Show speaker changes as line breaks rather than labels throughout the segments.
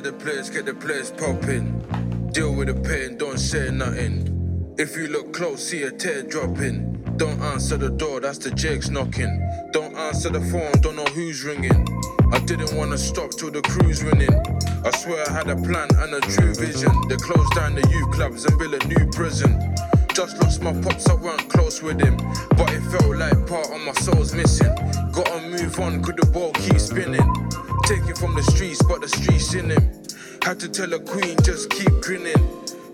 the players, get the players popping. Deal with the pain, don't say nothing. If you look close, see a tear dropping. Don't answer the door, that's the jakes knocking. Don't answer the phone, don't know who's ringing. I didn't wanna stop till the crew's winning. I swear I had a plan and a true vision. They closed down the youth clubs and built a new prison. Just lost my pops, I weren't close with him. But it felt like part of my soul's missing. Gotta move on, could the ball keep spinning? Taken from the streets, but the streets in him. Had to tell a queen, just keep grinning.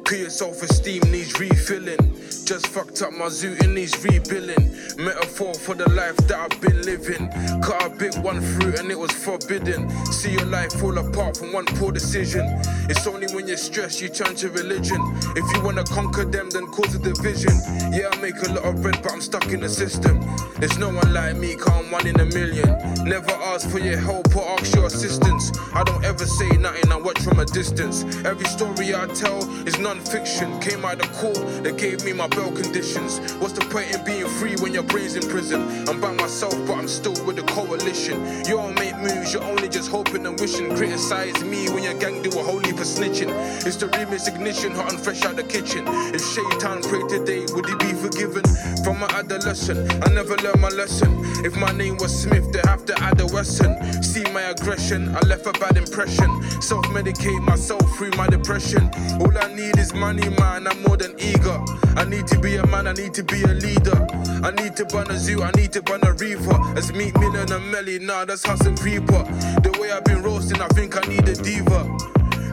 Cause your self esteem needs refilling. Just fucked up my zoo and needs rebuilding. Metaphor for the life that I've been living. Cut a big one through and it was forbidden. See your life fall apart from one poor decision. It's only when you're stressed you turn to religion. If you wanna conquer them, then cause a division. Yeah, I make a lot of bread, but I'm stuck in the system. There's no one like me, can't one in a million. Never ask for your help or ask your assistance. I don't ever say nothing, I watch from a distance. Every story I tell is non fiction. Came out of court, they gave me my bail conditions. What's the point in being free when your brain's in prison? I'm by myself, but I'm still with the coalition. You don't make moves, you're only just hoping and wishing. Criticize me when your gang do a whole heap of snitching. It's the remix ignition, hot and fresh out the kitchen. If Shaitan prayed today, would he be forgiven? From my adolescent, I never learned my lesson. If my name was Smith, they have to add a Wesson. See my aggression, I left a bad impression. Self medicate myself through my depression. All I need is money, man, I'm more than eager. I need to be a man, I need to be a leader. I need to burn a zoo, I need to burn a reaper. As Meat Mill and a Melly, nah, that's Hustle and Creeper. The way I've been roasting, I think I need a diva.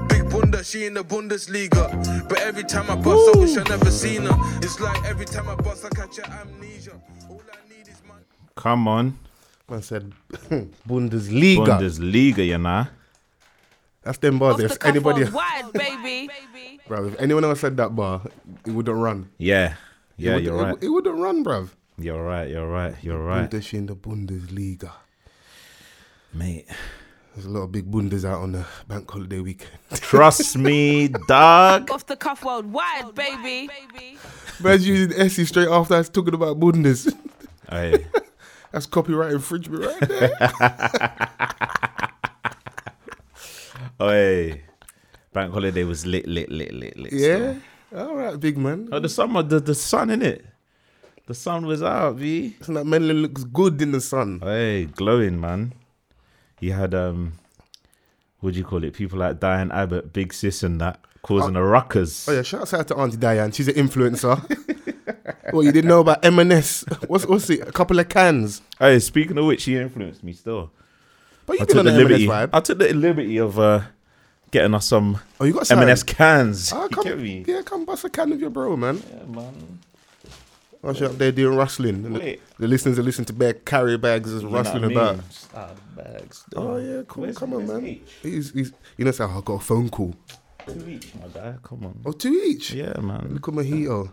Big Bunda, she in the Bundesliga. But every time I bust, I wish I never seen her. It's like every time I bust, I catch her amnesia. All I need is money.
Come on.
Man said Bundesliga.
Bundesliga, you know.
That's them bars.
Off the
If
cuff
anybody,
or wide, baby.
bruv, if anyone else said that bar, it wouldn't run.
Yeah.
It
Yeah,
would-
you're
it,
right.
It wouldn't run, bruv.
You're right. You're right. You're right.
Bundes in the Bundesliga.
Mate.
There's a lot of big Bundes out on the bank holiday weekend.
Trust me, dog.
Off the cuff world wide, baby.
Man's using Essie straight after us talking about Bundes.
Hey,
That's copyright infringement right there.
hey. Bank holiday was lit, lit, lit, lit, lit.
yeah.
so.
All right, big man.
Oh, the summer, the, the sun in it. The sun was out, V.
Listen, that Melon looks good in the sun.
Hey, glowing, man. You had um, what do you call it? People like Diane Abbott, Big Sis, and that causing a ruckus.
Oh yeah, shout out to Auntie Diane. She's an influencer. well, you didn't know about M&S. What's what's it? A couple of cans.
Hey, speaking of which, she influenced me still.
But
I
you've been
took
on
the
the M&S
liberty.
vibe.
I took the liberty of uh, getting us some
Oh, you got some
M&S cans.
Ah,
you
come,
get me?
yeah, come bust a can with your bro, man.
Yeah, man.
I was up there doing rustling. And the,
Wait.
the listeners are listening to bare carrier bags just
You know
rustling
what I mean?
about.
Star bags.
Oh yeah, cool.
Where's-
come on,
where's
man.
each?
He's, he's, you know, say, oh, I got a phone call.
Two each, my guy. Come on.
Oh, two each.
Yeah, man.
Look at Mojito.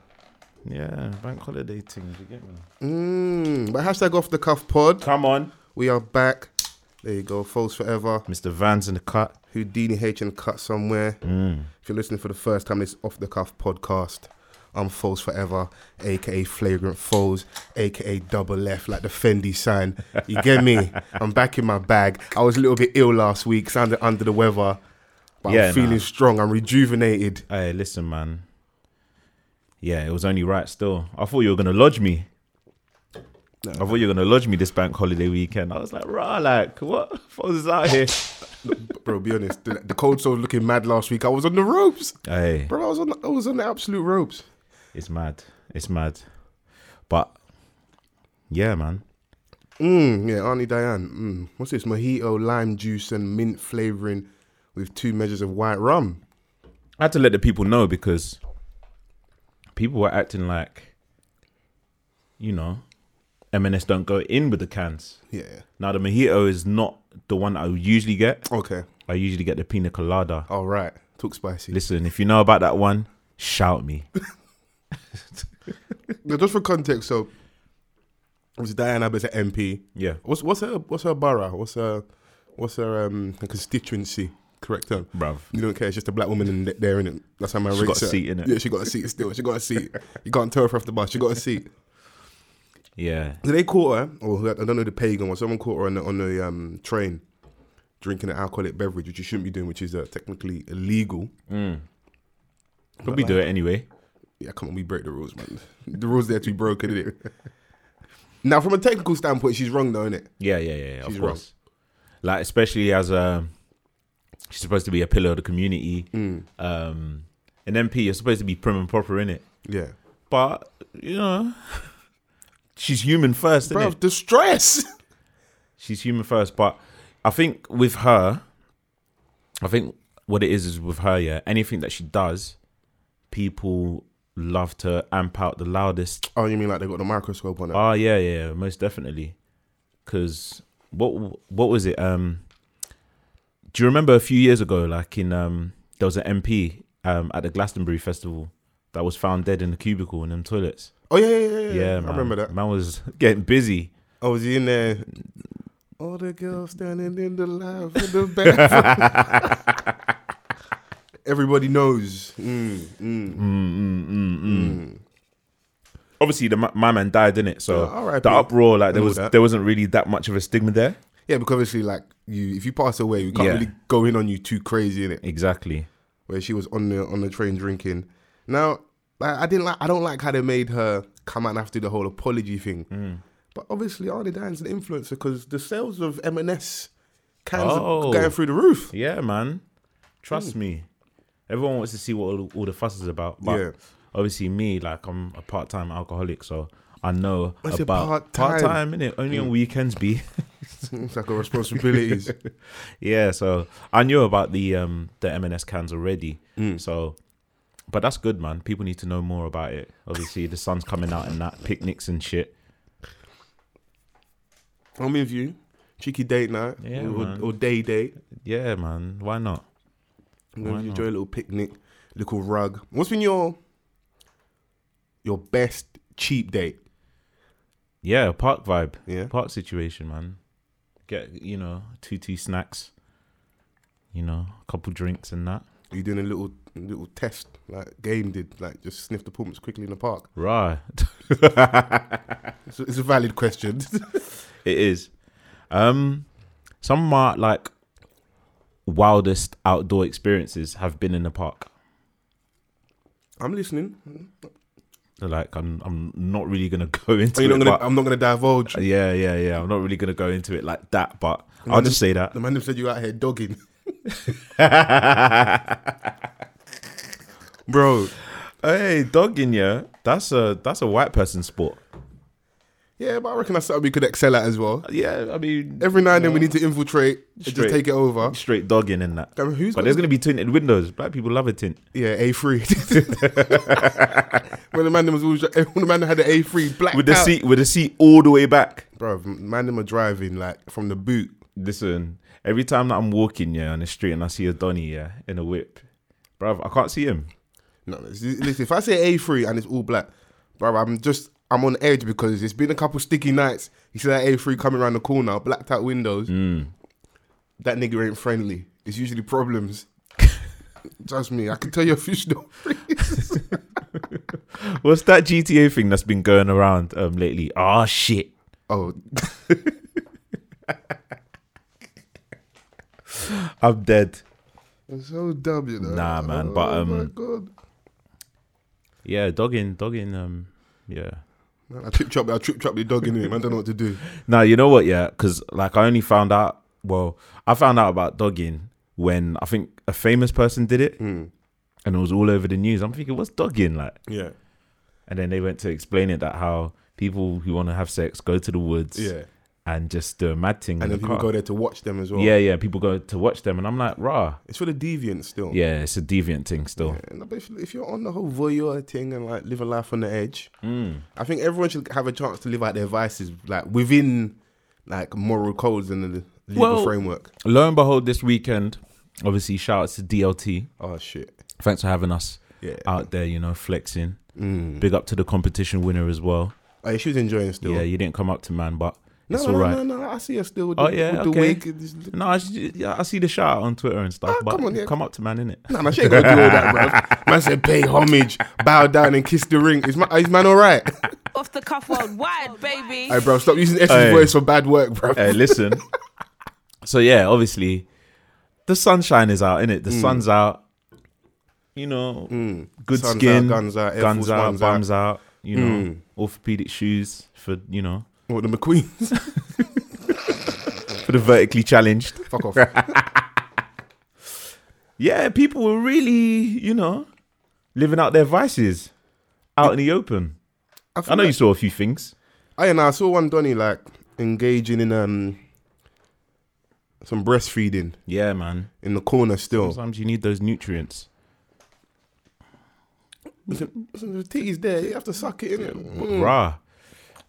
Yeah, bank holiday things. You get me?
Mm, but hashtag off the cuff pod.
Come on,
We are back. There you go. False forever.
Mr. Vans in the cut.
Houdini H and cut somewhere.
Mm.
If you're listening for the first time, this off the cuff podcast. I'm Foes Forever, aka Flagrant Foes, aka Double F, like the Fendi sign. You get me? I'm back in my bag. I was a little bit ill last week, sounded under the weather, but
Yeah,
I'm feeling
nah.
strong. I'm rejuvenated.
Hey, listen, man. Yeah, it was only right still. I thought you were gonna lodge me. I thought you were gonna lodge me this bank holiday weekend. I was like, rah, like what? Foles is out here.
Bro, be honest, the, the cold soul looking mad last week. I was on the ropes,
hey,
bro. I was on, I was on the absolute ropes.
it's mad. It's mad. But yeah, man.
Mm, yeah, Auntie Diane. Mm. What's this? Mojito, lime juice, and mint flavoring with two measures of white rum.
I had to let the people know because people were acting like, you know, M&S don't go in with the cans.
Yeah.
Now the mojito is not the one I usually get.
Okay.
I usually get the pina colada.
All right. Talk spicy.
Listen, if you know about that one, shout me.
Now, just for context, so obviously Diane Abbott's an MP.
Yeah.
What's what's her what's her borough? What's her what's her um constituency? Correct term.
Bruv.
You don't care. It's just a black woman in th- there in it. That's how my
She got a seat, innit?
Yeah, she got a seat still. She got a seat. you can't tell her off the bus. She got a seat.
Yeah.
Oh, So they caught her, or who- I don't know the pagan one. Someone caught her on the on the um train drinking an alcoholic beverage, which you shouldn't be doing, which is uh, technically illegal.
But we do it anyway.
Yeah, come on, we break the rules, man. the rules there to be broken, is it? now, from a technical standpoint, she's wrong, though, innit?
Yeah, yeah, yeah. yeah,
She's
of
wrong.
course. Like especially as a, she's supposed to be a pillar of the community. Um, an MP, you're supposed to be prim and proper in it,
Yeah.
but you know, she's human first,
Bro,
innit?
the stress.
She's human first, but I think with her, I think what it is is with her, yeah. Anything that she does, people love to amp out the loudest.
oh, you mean like they got the microscope on it?
Oh yeah, yeah, most definitely. Cause what what was it? Um, do you remember a few years ago, like in um, there was an MP um at the Glastonbury Festival that was found dead in the cubicle in them toilets.
oh, yeah, yeah, yeah. yeah.
Yeah, man.
I remember that.
Man was getting busy.
Oh, was he in there? All the girls standing in the line for the bathroom. Everybody knows. Mm, mm.
Obviously, the ma- my man died in it, so
Yeah, RIP.
the uproar like there
Know
was
that.
there wasn't really that much of a stigma there.
Yeah, because obviously, like you, if you pass away, you can't
Yeah.
really go in on you too crazy in it.
Exactly.
Where she was on the on the train drinking. Now, like, I didn't like. I don't like how they made her come out and have to do the whole apology thing.
Mm.
But obviously, Arnie Dan's an influencer because the sales of M&S cans
Oh.
are going through the roof.
Yeah, man.
Hmm.
Trust me. Everyone wants to see what all, all the fuss is about. But
Yeah.
obviously, me, like, I'm a part time alcoholic, so I know
What's a
about
part-time? Mm.
part time, innit? Only on weekends, be.
It's like a responsibilities.
yeah, so I knew about the um the M&S cans already.
Mm.
So, but that's good, man. People need to know more about it. Obviously, the sun's coming out and that picnics and shit.
I'm with you. Cheeky date night.
Yeah,
or,
man.
or day date.
Yeah, man. Why not?
I'm gonna enjoy a little picnic, little rug. What's been your your best cheap date?
Yeah, park vibe.
Yeah.
park situation, man. Get you know two two snacks, you know, a couple drinks and that.
Are you doing a little little test like game did, like just sniff the pumps quickly in the park?
Right,
It's a, it's a valid question.
it is. Um, some of my like wildest outdoor experiences have been in the park.
I'm listening.
So, Like I'm, I'm not really gonna go into
I'm
it.
not gonna,
but-
I'm not gonna divulge.
yeah, yeah, yeah. I'm not really gonna go into it like that, but I'll just say that.
The man them said you out here dogging, bro.
Hey, dogging, yeah. That's a that's a white person sport.
Yeah, but I reckon that's something we could excel at as well.
Yeah, I mean,
Every now and then we need to infiltrate, and just
Straight.
take it over.
straight dogging and that.
I mean, who's
but
got-
there's gonna be tinted windows. Black people love a tint.
Yeah, A three. when the man them was always, when the man had the A three black
With the seat, with the seat all the way back.
bro. Man them are driving like from the boot.
Listen, every time that I'm walking, yeah, on the street and I see a Donny, yeah, in a whip, bruv, I can't see him.
No, no, it's- listen. If I say A three and it's all black, bro, I'm just I'm on edge because it's been a couple sticky nights. You see that A three coming around the corner, blacked out windows.
Mm.
That nigga ain't friendly. It's usually problems. Trust me, I can tell you a few stories.
What's that GTA thing that's been going around um lately? Ah, shit.
oh,
I'm dead.
it's so dumb, you know.
Nah, man, but,
oh my
um,
god.
Yeah, dogging, dogging. Um, yeah.
Man, I trip chop, I trip chop the dog in him. I don't know what to do.
Now you know what, yeah, because like I only found out. Well, I found out about dogging when I think a famous person did it,
Hmm.
and it was all over the news. I'm thinking, what's dogging like?
Yeah,
And then they went to explain it that how people who want to have sex go to the woods
yeah.
and just do a mad thing. in
And then
the
people
car.
go there to watch them as well.
yeah, yeah, people go to watch them, and I'm like, rah,
it's for the deviants still.
yeah, it's a deviant thing still.
And I bet if, if you're on the whole voyeur thing and like live a life on the edge,
Hmm.
I think everyone should have a chance to live out their vices like within like moral codes and the legal
Well-
framework.
Lo and behold, this weekend, obviously, shout out to DLT.
Oh shit!
Thanks for having us
Yeah. Mm.
out there, you know, flexing. Big up to the competition winner as well.
Oh, yeah, she was enjoying still.
Yeah, you didn't come up to man, but
no,
it's
no,
all right.
no, no, no. I see her still. With
Oh
the,
yeah,
with the
okay.
wig. It's-
No, I, s- yeah, I see the shout out on Twitter and stuff,
Ah,
but
come on, yeah.
come up to man, innit?
Nah, man, she ain't gonna do all that, bro. Man said, pay homage, bow down, and kiss the ring. Is, my, is man all right?
Off the cuff worldwide, baby.
hey, bro, stop using S's
Hey.
Uh, voice for bad work, bro.
Hey, listen. so yeah, obviously, the sunshine is out, innit? The
Mm.
sun's out. You know, good
Sun's out,
skin,
guns out, Mm. Air
guns
Force
out,
Ones
bums out. You know, orthopedic shoes for you know
Or the McQueens.
for the vertically challenged.
Fuck off.
Yeah, people were really, you know, living out their vices out in the open. I know you saw a few things.
I and Oh, I saw one Donny like engaging in um some breastfeeding
Yeah, man.
in the corner still.
Sometimes you need those nutrients.
Listen, the titties there, you have to suck it in
Rah.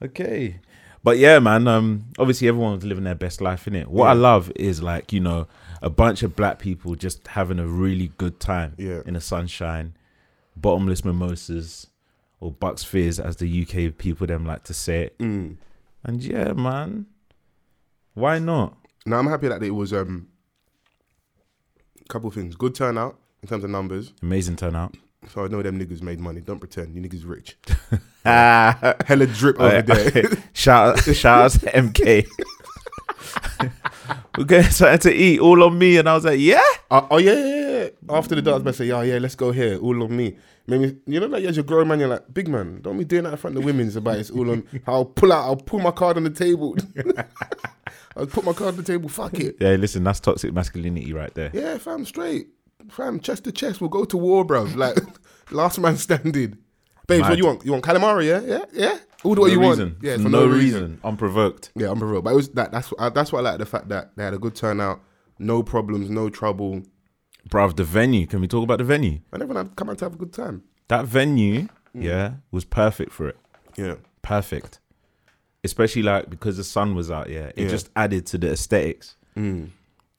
Okay. But yeah, man, um, obviously everyone was living their best life, innit? What I love is like, you know, a bunch of black people just having a really good time
Yeah.
in the sunshine, bottomless mimosas or Bucks Fizz as the UK people them like to say it. And yeah, man. Why not?
Now I'm happy that it was um a couple things. Good turnout in terms of numbers.
Amazing turnout.
So I know them niggas made money. Don't pretend. You niggas rich.
Ah,
Hella drip over there.
shout out, shout out to MK. We're getting something to eat, all on me, and I was like, "Yeah,
Uh, oh yeah, yeah, yeah. After the dance, I say, yeah, yeah, let's go here. All on me. Maybe you know, like as a grown man, you're like, big man, don't be doing that in front of the women's about it's all on. I'll pull out, I'll pull my card on the table. I'll put my card on the table. Fuck it.
yeah." Listen, that's toxic masculinity right there.
Yeah, fam, straight, fam, chest to chest. We'll go to war, bruv. Like last man standing. Babes,
Mad.
what you want? You want calamari? Yeah, yeah, yeah. All the way
no
you
reason.
want. Yeah,
no,
for no,
reason. unprovoked.
Yeah, I'm real. But it was that. That's uh, that's why I like the fact that they had a good turnout. No problems, no trouble,
Bruv, the venue. Can we talk about the venue?
and everyone had come out to have a good time.
That
Mm.
venue, yeah, was perfect for it.
Yeah.
Perfect, especially like because the sun was out. Yeah, it
Yeah. Mm.
just added to the aesthetics.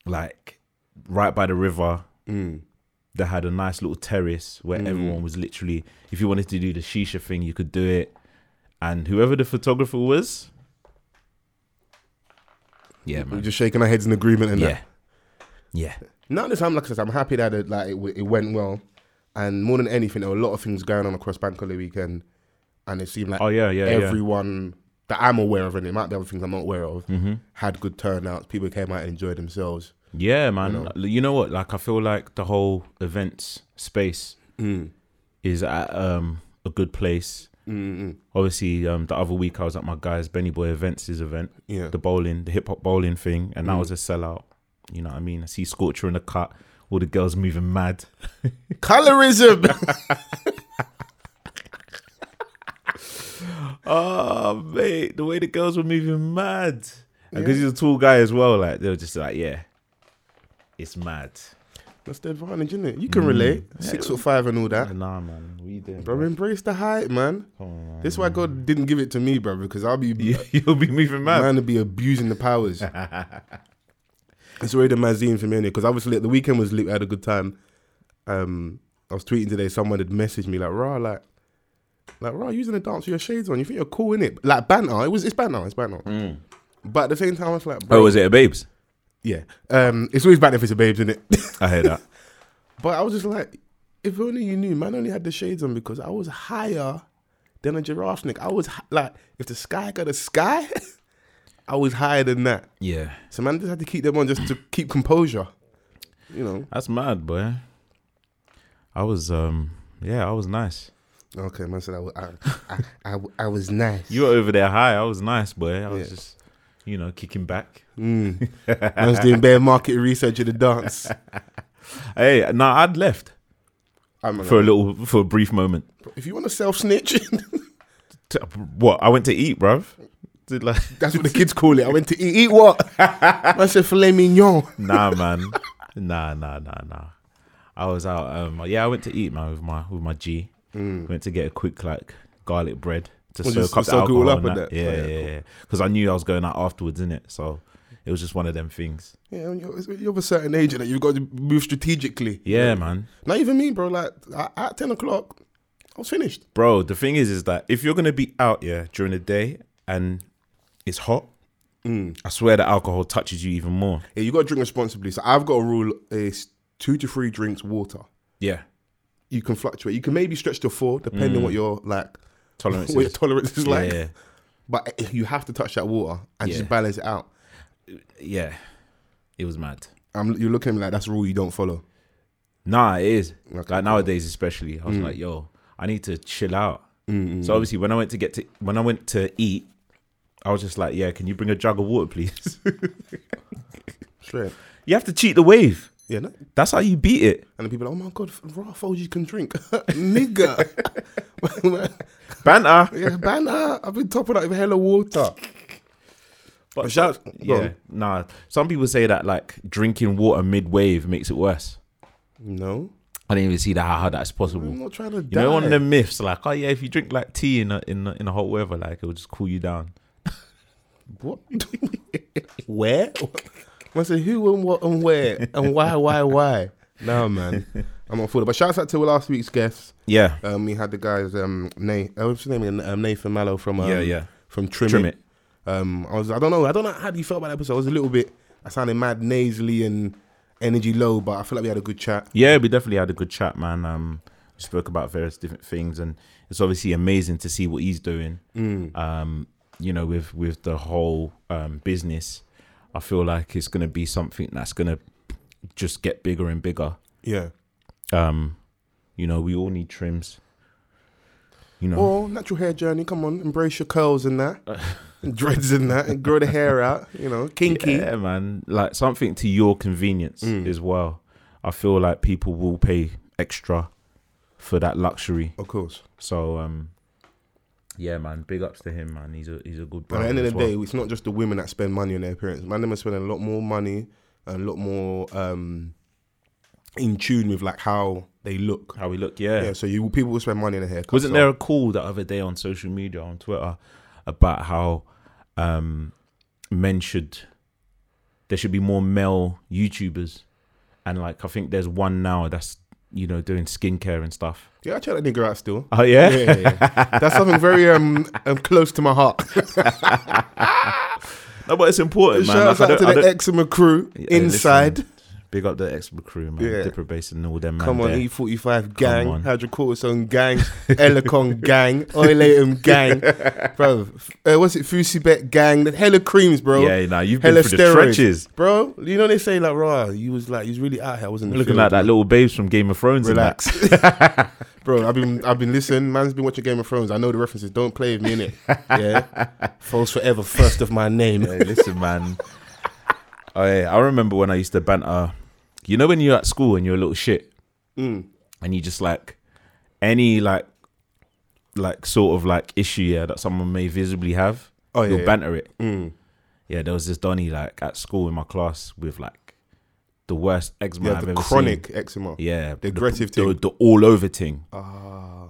Like right by the river,
Mm.
that had a nice little terrace where everyone was literally if you wanted to do the shisha thing you could do it and whoever the photographer was yeah
We're
man
just shaking our heads in agreement and
yeah
that.
yeah
Now this time, like I said, I'm happy that it, like it, w- it went well, and more than anything, there were a lot of things going on across Bank Holiday weekend, and it seemed like
Oh, yeah, yeah, yeah.
everyone that I'm aware of, and it might be other things I'm not aware of,
Mm-hmm.
had good turnouts. People came out and enjoyed themselves.
yeah man you know, what like i feel like the whole events space is at um a good place Obviously, um, the other week I was at my guys Benny Boy Events' event,
Yeah.
the bowling, the hip hop bowling thing, and that was a sellout. You know what I mean? I see Scorcher in the cut, all the girls moving mad.
Colorism.
Oh mate, the way the girls were moving mad. And because he's a tall guy as well, like they were just like, yeah, it's mad.
That's the advantage, isn't it? You can relate.
Mm.
Six foot five and all that.
Nah, man, what you doing?
Bro, embrace the hype, man. This is why God didn't give it to me, bro, because I'll be
You, will be moving mad.
man to be abusing the powers. it's already a magazine for me because obviously the weekend was lit. I had a good time. Um, I was tweeting today. Someone had messaged me like, "Raw, like, like, raw, using the dance with your shades on. You think you're cool in it? Like banter. It was. It's banter. It's banter. But at the same time, I was like, bro,
Mm. Oh, was it a babes?
yeah. Um, it's always banter if it's a babes, isn't it?
I heard that.
But I was just like, if only you knew, man only had the shades on because I was higher than a giraffe neck. I was hi- like, if the sky got a sky, I was higher than that.
yeah,
So man just had to keep them on just to keep composure. You know.
that's mad, boy. I was, um, yeah, I was nice.
Okay, man said I was, I, I, I w- I was nice.
You were over there high. I was nice, boy. I was
Yeah.
just, you know, kicking back.
I was doing bear market research at the dance.
Hey, no, I'd left
I'm
for a little, for a brief moment.
if you want to self snitch,
T- What? I went to eat, bruv. Did like.
that's what the kids call it. I went to eat. Eat what? I said filet mignon.
nah, man. Nah, nah, nah, nah. I was out. Um, yeah, I went to eat, man, with my with my G. Went to get a quick like garlic bread to
Mm. Was it
soak up
to
the
soak it
alcohol.
all up
and
with
that.
that?
Yeah,
Oh, yeah,
yeah, yeah. Because I knew I was going out afterwards, innit? So it was just one of them things.
Yeah, when you're, when you're of a certain age that you've got to move strategically.
Yeah, man,
Not even me, bro. Like at- at ten o'clock, I was finished.
bro. The thing is, is that if you're gonna be out, yeah, during the day and it's hot,
Mm.
I swear the alcohol touches you even more.
Yeah, you got to drink responsibly. So I've got a rule: is two to three drinks water.
Yeah,
You can fluctuate. You can maybe stretch to four, depending on what your like
tolerance.
what your tolerance is like.
yeah, yeah.
But you have to touch that water and
Yeah.
just balance it out.
yeah, it was mad.
I'm, you're looking at me like that's a rule you don't follow.
Nah, it is.
Like,
like nowadays, especially, I was like, yo, I need to chill out. So obviously, when I went to get to when I went to eat, I was just like, yeah, can you bring a jug of water, please?
Straight.
you have to cheat the wave.
Yeah, no? and
That's how you beat it.
the people are like, oh my god, raw you can drink, nigga.
Banter.
yeah, banner. I've been topping up with hella water.
But
shout- go
yeah,
on.
nah. Some people say that like drinking water mid wave makes it worse.
No,
I didn't even see that how, how that's possible.
I'm not trying to
You
die.
know, one of the myths, like, oh yeah, if you drink like tea in a, in a, in a hot weather, like it'll just cool you down.
What? where? I said who and what and where and why why why? Nah, man, I'm not full. But shouts out to last week's guests.
Yeah,
Um, we had the guys um Nate. Oh, what's his name? again? Um, Nathan Mallow from um,
Yeah, yeah.
from Trim,
trim
It.
it.
Um, I was I don't know I don't know how you felt about that episode. I was a little bit I sounded mad nasally and energy low, but I feel like we had a good chat.
Yeah, we definitely had a good chat, man. Um, we spoke about various different things, and it's obviously amazing to see what he's doing. Um, you know, with with the whole um, business, I feel like it's gonna be something that's gonna just get bigger and bigger.
Yeah.
Um, you know, we all need trims. You know,
Or natural hair journey. Come on, embrace your curls and that, and dreads and that, and grow the hair out. You know, kinky.
Yeah, man. Like something to your convenience as well. I feel like people will pay extra for that luxury.
Of course.
So um yeah, man, big ups to him, man. He's a he's a good
But at
brother.
the end of
as
the
well.
day, it's not just the women that spend money on their appearance. Man, them are spending a lot more money and a lot more um, in tune with like how they look.
how we look, yeah.
Yeah, so you people will spend money on their haircut.
Wasn't
so-
there a call the other day on social media on Twitter about how um men should there should be more male YouTubers and like I think there's one now that's you know doing skincare and stuff.
Yeah, I check that nigga out still.
Oh yeah?
Yeah, yeah, yeah. that's something very um, um close to my heart.
No, but it's important, man.
Shout
Like, I
out
don't- I
to
don't-
the Eczema crew
Hey,
inside.
listen, big up the extra crew, man.
Yeah.
Dipper Bass and all them man.
Come on,
there.
E45 gang,
on.
hydrocortisone gang, Elicon gang, Oilatum gang, bro. Uh, what's it, Fusibet gang? The hella creams, bro.
Yeah, nah, you've been through the trenches.
bro. You know they say like, raw. You was like, you was really out here. I wasn't
Looking like that little babes from Game of Thrones. and that.
Relax, bro. I've been, I've been listening. Man's been watching Game of Thrones. I know the references. Don't play with me in it. Yeah, false forever. First of my name.
Hey, listen, man. Oh, yeah, I remember when I used to banter. You know when you're at school and you're a little shit,
Mm.
and you just like any like like sort of like issue yeah that someone may visibly have.
Oh, yeah, Mm.
you'll
yeah.
banter it. Yeah, there was this Donny like at school in my class with like the worst eczema
Yeah,
I've
the
ever
chronic
seen.
eczema.
Yeah,
the aggressive
the,
thing. Ah.
the all over thing.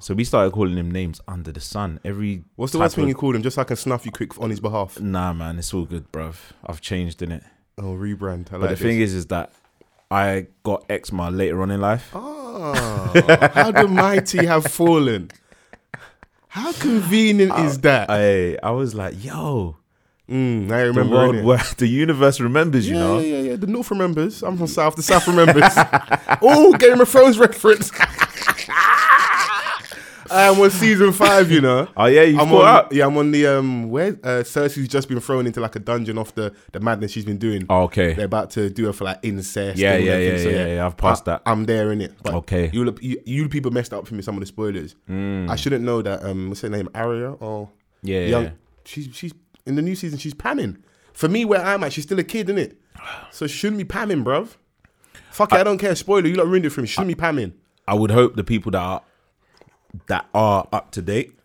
So we started calling him names under the sun. Every
What's the
type
worst thing
of-
you called him? Just so I can snuff you quick on his behalf.
Nah, man, it's all good, bruv. I've changed in it.
Oh, rebrand. I
But
like
the
this.
thing is, is that I got eczema later on in life.
Oh. Ah, how the mighty have fallen. How convenient is that?
I I was like, yo,
Mm, I
the
remember.
world,
innit?
where, the universe remembers,
yeah,
you know.
yeah, yeah, yeah. The North remembers. I'm from South. The South remembers. oh, Game of Thrones reference. I am on season five, you know.
Oh yeah, you
I'm
caught
on,
up.
Yeah, I'm on the um where uh, Cersei's just been thrown into like a dungeon off the the madness she's been doing.
Oh, okay.
They're about to do her for like incest.
Yeah,
and all
yeah,
that
yeah,
thing, so,
yeah, yeah, I've passed
I-
that.
I'm there in it.
Okay. Mm.
You, look- you you people messed up for me some of the spoilers. I shouldn't know that. Um, what's her name? Aria or
Yeah, yeah,
young.
yeah.
She's she's in the new season. She's panning. For me, where I'm at, she's still a kid, innit? So she shouldn't be panning, bruv. Fuck it, I don't care. Spoiler, you lot ruined it for me. She Shouldn't be panning.
I would hope the people that are that are up to date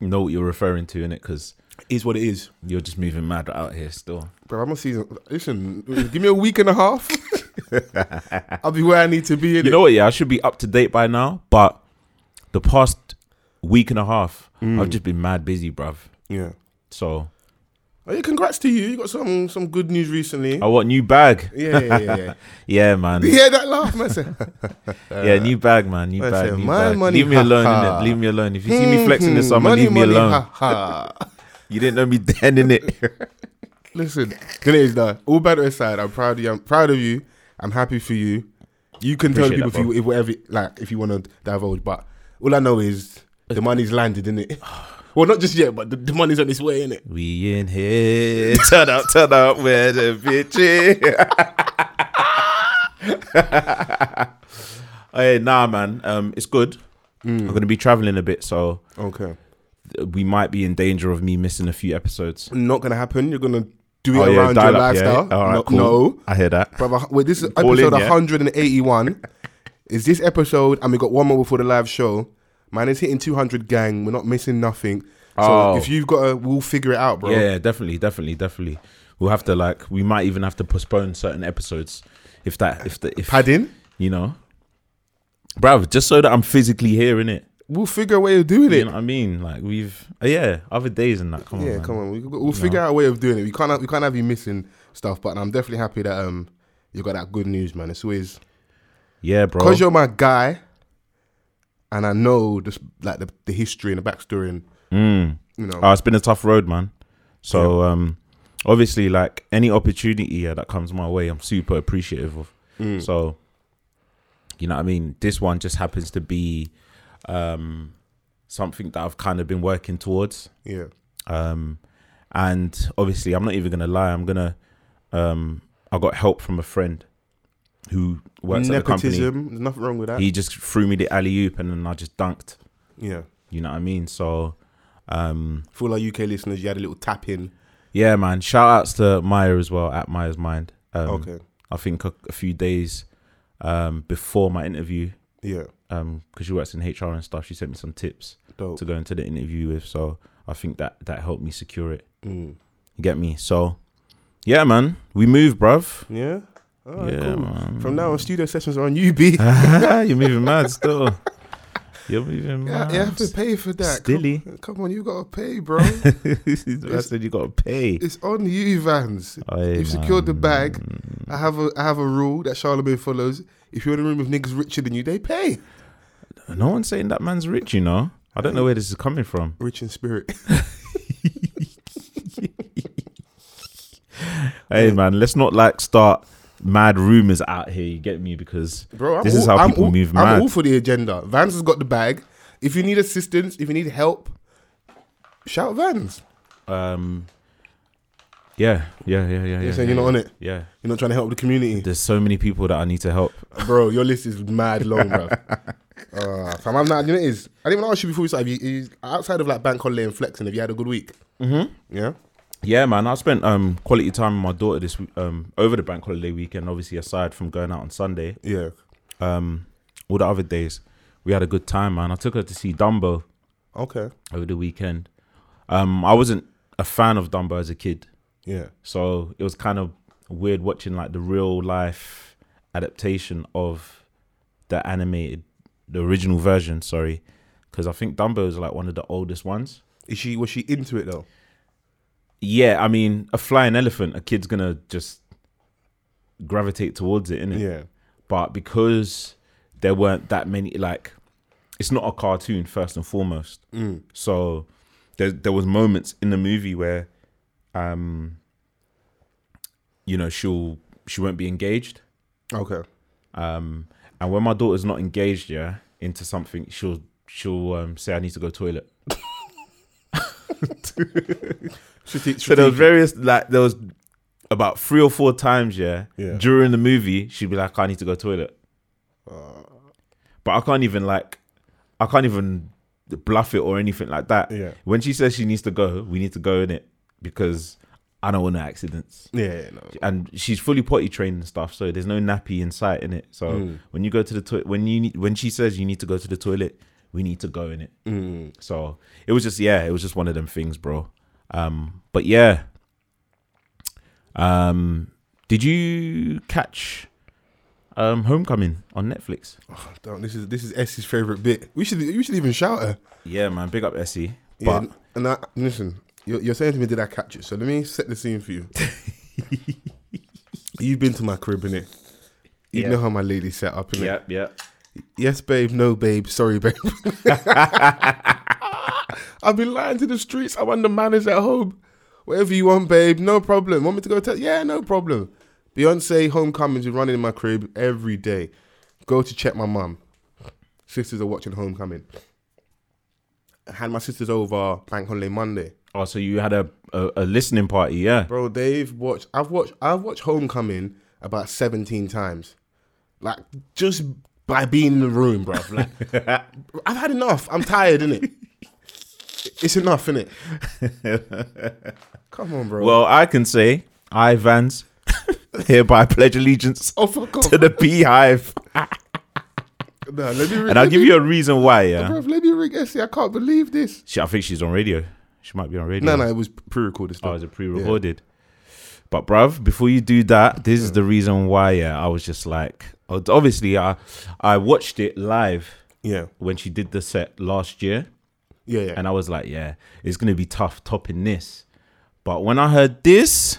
know what you're referring to in it because
Is what it is.
you're just moving mad out here still.
Bro, I'm on season. Listen, give me a week and a half. I'll be where I need to be. In
You know what? Yeah, I should be up to date by now, but the past week and a half,
Mm.
I've just been mad busy, bruv.
yeah.
So
Oh, yeah. Congrats to you. You got some some good news recently.
I want new bag.
Yeah, yeah, yeah. yeah.
Yeah, man.
you hear that laugh, man? Say,
yeah, new bag, man. New
I
bag.
said,
new
my
bag.
money,
leave me alone.
ha,
Innit?
ha.
Leave me alone. If you see me flexing this summer,
Money,
leave me
money,
alone.
ha, ha.
You didn't know me then, in it.
Listen, it is though. All better aside, I'm proud of you. I'm proud of you. I'm happy for you. You can
Appreciate
tell people
that,
if
bro.
you if whatever like if you want to divulge, but all I know is the money's landed in it. Well, not just yet, but the, the money's on its way in it.
we in here. Turn up, turn up, where the bitch is. Hey, nah, man. Um, it's good.
Hmm.
I'm gonna be traveling a bit, so
Okay.
we might be in danger of me missing a few episodes.
Not gonna happen. You're gonna do it
Oh, yeah,
around your
dial up, yeah.
lifestyle.
All right,
no,
cool.
no.
I hear that.
brother. Wait, this is
All in,
episode
yeah?
181. is this episode, and we got one more before the live show. Man, it's hitting 200 gang. We're not missing nothing. So
Oh.
if you've got a, we'll figure it out, bro.
Yeah, yeah, definitely, definitely, definitely. We'll have to like we might even have to postpone certain episodes if that if the if
Padding,
you know. Bruv, just so that I'm physically here in it.
we'll figure a way of doing
You
it.
know what I mean? Like we've uh, yeah, other days and that. Come on.
yeah,
man.
come on. We, we'll figure out a way of doing it. We can't have, we can't have you missing stuff, but I'm definitely happy that um you got that good news, man. It's always
Yeah, bro.
because you're my guy, and I know just like the, the history and the backstory, and
Mm.
you know,
Oh, it's been a tough road, man. So um obviously like any opportunity yeah, that comes my way, I'm super appreciative of. So you know what I mean? This one just happens to be um something that I've kind of been working towards.
yeah,
Um and obviously I'm not even gonna lie, I'm gonna um I got help from a friend who works at the company.
nepotism. There's nothing wrong with that.
He just threw me the alley oop and then I just dunked.
yeah.
You know what I mean? So, um,
For all our UK listeners, you had a little tap in.
yeah, man. Shout outs to Maya as well at Maya's Mind. Um,
Okay.
I think a, a few days um, before my interview,
Yeah.
because she works in HR and stuff, she sent me some tips
Dope.
to go into the interview with. So I think that that helped me secure it.
Mm.
You get me? So, yeah, man. We move, bruv.
Yeah. All right,
Yeah,
cool.
man. Ah.
From now on, studio sessions are on UB. yeah,
You're moving mad still. You're moving mad.
you have to pay for that. Come-
Stilly.
Come, on, you gotta pay, bro.
I said you got to pay.
it's on you, Vans.
Aye,
You've secured the
man.
bag. I have a I have a rule that Charlemagne follows. If you're in a room with niggas richer than you, they pay.
No one's saying that man's rich, you know. I don't know where this is coming from.
Rich in spirit.
Hey, man, let's not like start mad rumors out here. You get me? Because
Bro, I'm
this
all,
is how
I'm
people
all,
move
I'm
mad.
all for the agenda. Vans has got the bag. If you need assistance, if you need help, shout Vans.
um, yeah, yeah, yeah, yeah, yeah.
You're saying
yeah,
you're not on
yeah.
it.
Yeah,
You're not trying to help the community.
there's so many people that I need to help.
Bro, your list is mad long, bro. Uh, fam, I'm not. You know, it is. I didn't even ask you before we started. Have you, is- outside of like bank holiday and flexing, have you had a good week? Mm-hmm. Yeah.
Yeah, man, I spent um quality time with my daughter this week, um over the bank holiday weekend. Obviously, aside from going out on Sunday,
Yeah.
um, all the other days we had a good time, man. I took her to see Dumbo
Okay.
over the weekend. Um, I wasn't a fan of Dumbo as a kid.
Yeah.
So it was kind of weird watching like the real life adaptation of the animated, the original version. Sorry, because I think Dumbo is like one of the oldest ones.
Is she was she into it though?
Yeah, I mean, a flying elephant, a kid's gonna just gravitate towards it, innit?
Yeah.
But because there weren't that many, like, it's not a cartoon first and foremost. So there there was moments in the movie where, um, you know, she'll she won't be engaged.
Okay.
Um, and when my daughter's not engaged, yeah, into something, she'll she'll um, say, "I need to go toilet."
Strate-
So there was
strategic.
various like there was about three or four times, yeah,
Yeah. Uh.
during the movie, she'd be like, "I need to go toilet," but I can't even like, I can't even bluff it or anything like that.
Yeah.
When she says she needs to go, we need to go in it because I don't want no accidents.
yeah. yeah, No.
And she's fully potty trained and stuff, so there's no nappy in sight in it. So
Mm.
when you go to the toilet, when you need, when she says you need to go to the toilet, we need to go in it.
Mm.
So it was just yeah, it was just one of them things, bro. Um, but yeah. Um, did you catch um Homecoming on Netflix?
Oh, damn, this is this is S's favorite bit. We should we should even shout her.
Yeah, man, big up Essie.
Yeah.
But
and I, listen, you're, you're saying to me, did I catch it? So let me set the scene for you. You've been to my crib, innit? You
Yeah.
know how my lady set up, innit?
yeah, yeah,
Yes, babe. No, babe. Sorry, babe. I've been lying to the streets. I want the manners at home. Whatever you want, babe. No problem. Want me to go tell? Yeah, no problem. Beyonce homecomings been running in my crib every day. Go to check my mum. Sisters are watching homecoming. I had my sisters over bank holiday Monday.
Oh, so you had a a, a listening party, yeah.
Bro, they've watched. I've watched. I've watched Homecoming about seventeen times. Like just by being in the room, bro. Like I've had enough. I'm tired, innit? It's enough, innit? Come on, bro.
Well, I can say I Vans hereby pledge allegiance
oh fuck off.
to the beehive,
Nah, let me. Re-
and I'll give you a reason why. Yeah,
Bro, let me ring Essie. I can't believe this.
she, I think she's on radio. She might be on radio.
No, no, it was pre-recorded.
Oh,
Stuff.
it's a pre-recorded. But bruv, before you do that, this is the reason why. Yeah, I was just like, ob- obviously, I I watched it live
yeah,
when she did the set last year,
yeah, yeah.
and I was like, yeah, it's gonna be tough topping this. But when I heard this,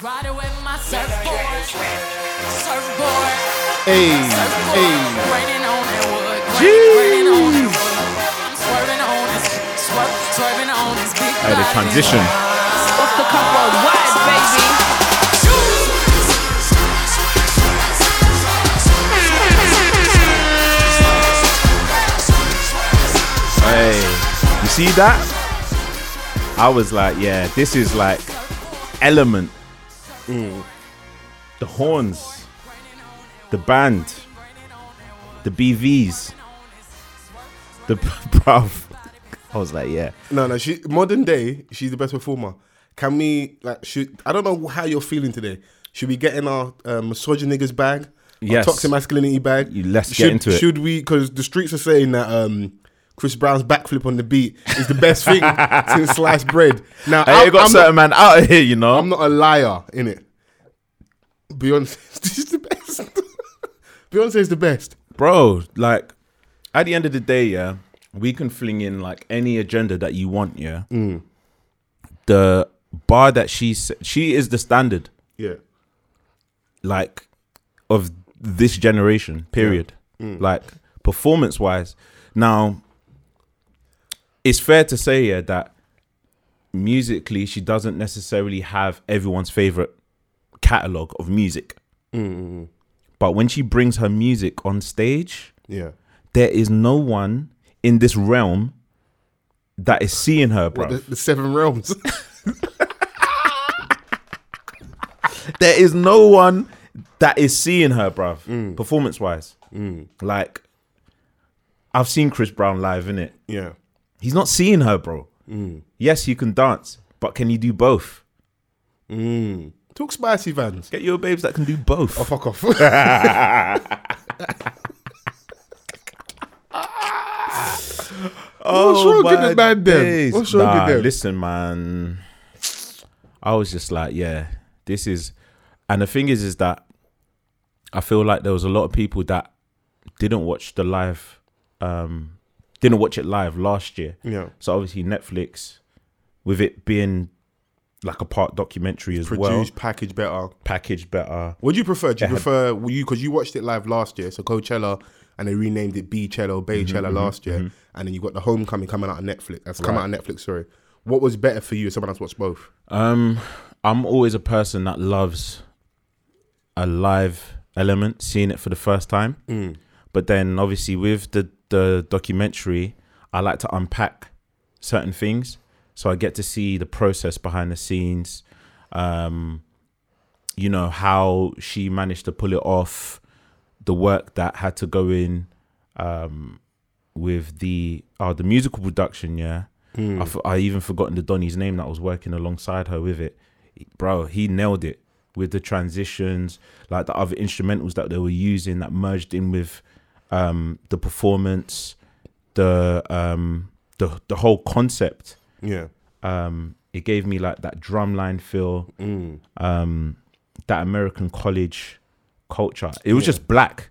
Ride away my surfboard. Surfboard.
hey,
Surfboard.
hey.
Raining on that wood. Jeez. Raining on that wood. I'm swerving on this. Swerve, swerving on this big
I had a
body.
transition.
Off the cuff world wide, baby.
Hey, you see that? I was like, yeah, this is like element.
Mm.
The horns, the band, the BVs, the bruv. I was like, yeah.
No, no. She modern day. She's the best performer. Can we like? Should I don't know how you're feeling today. Should we get in our uh, misogyny niggas bag?
Yes.
Our toxic masculinity bag.
You- let's get
should,
into it.
Should we? Because the streets are saying that um, Chris Brown's backflip on the beat is the best thing since sliced bread. Now
I
I'm-
got
I'm,
certain man out of here, you know.
I'm not a liar in it. Beyonce, this is the best. Beyonce is the best.
bro like at the end of the day yeah we can fling in like any agenda that you want yeah
Mm.
the bar that she s- she is the standard
Yeah,
like of this generation period like performance wise now it's fair to say yeah that musically she doesn't necessarily have everyone's favorite catalog of music but when she brings her music on stage
yeah.
there is no one in this realm that is seeing her, bro.
The, the seven realms.
there is no one that is seeing her, bruv,
Mm.
performance wise. Like, I've seen Chris Brown live, innit?
yeah,
He's not seeing her, bro.
Mm.
Yes, you can dance, but can you do both?
talk spicy vans.
Get your babes that can do both.
Oh fuck off. What's wrong with the man then?
Oh days.
What's wrong with
Nah,
them?
Listen, man. I was just like, yeah, this is and the thing is is that I feel like there was a lot of people that didn't watch the live um didn't watch it live last year.
Yeah.
So obviously Netflix, with it being like a part documentary as
Produce
well,
package better.
packaged better.
What do you prefer? Do you
Yeah.
prefer were you because you watched it live last year? So Coachella, and they renamed it B Cello,
Mm-hmm,
Bay Cello last year, and then you got the Homecoming coming out on Netflix. That's come out on Netflix. Sorry. What was better for you? as Someone that's watched both.
Um, I'm always a person that loves a live element, seeing it for the first time. But then, obviously, with the the documentary, I like to unpack certain things, so I get to see the process behind the scenes. Um, you know how she managed to pull it off, the work that had to go in, um, with the oh the musical production. Yeah, I, f- I even forgotten the Donny's name that was working alongside her with it. Bro, he nailed it with the transitions, like the other instrumentals that they were using that merged in with um, the performance, the um, the the whole concept.
Yeah.
Um, it gave me like that drumline feel, um, that American college culture. It was just black.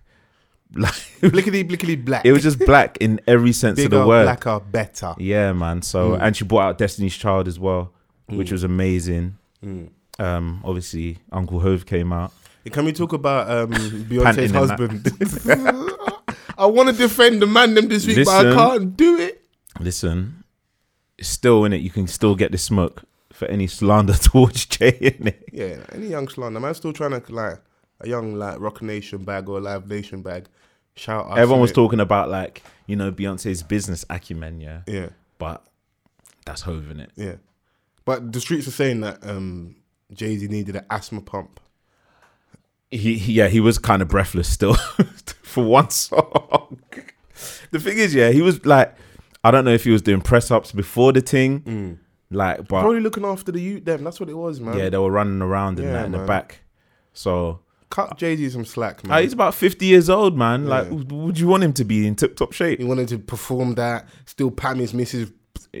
Like
Blickety blickety black.
it was just black in every sense
bigger,
of the word.
blacker, better.
Yeah, man. So and she brought out Destiny's Child as well, which was amazing. Um, obviously Uncle Hove came out.
Can we talk about um,
Panting
Beyonce's
and that.
husband? I want to defend the man them this week, but I
Listen.
can't do it.
Listen, it's still in it. You can still get the smoke for any slander towards Jay in it.
Yeah, any young slander. Man, still trying to like a young like Rock Nation bag or Live Nation bag. Shout out.
Everyone
to
was
it.
talking about like you know Beyonce's business acumen, yeah,
Yeah,
but that's Hove in it.
yeah. But the streets are saying that um, Jay Z needed an asthma pump.
He, he- yeah, he was kind of breathless still for one song. the thing is, yeah, he was like, I don't know if he was doing press ups before the thing, like, but
Probably looking after the youth. Them. That's what it was, man.
Um, yeah, they were running around and
Yeah,
that in the
man.
back. So
Cut Jay Z some slack, man.
Ah, he's about fifty years old, man. Like, w- would you want him to be in tip top shape?
He wanted to perform that, still pam his missus to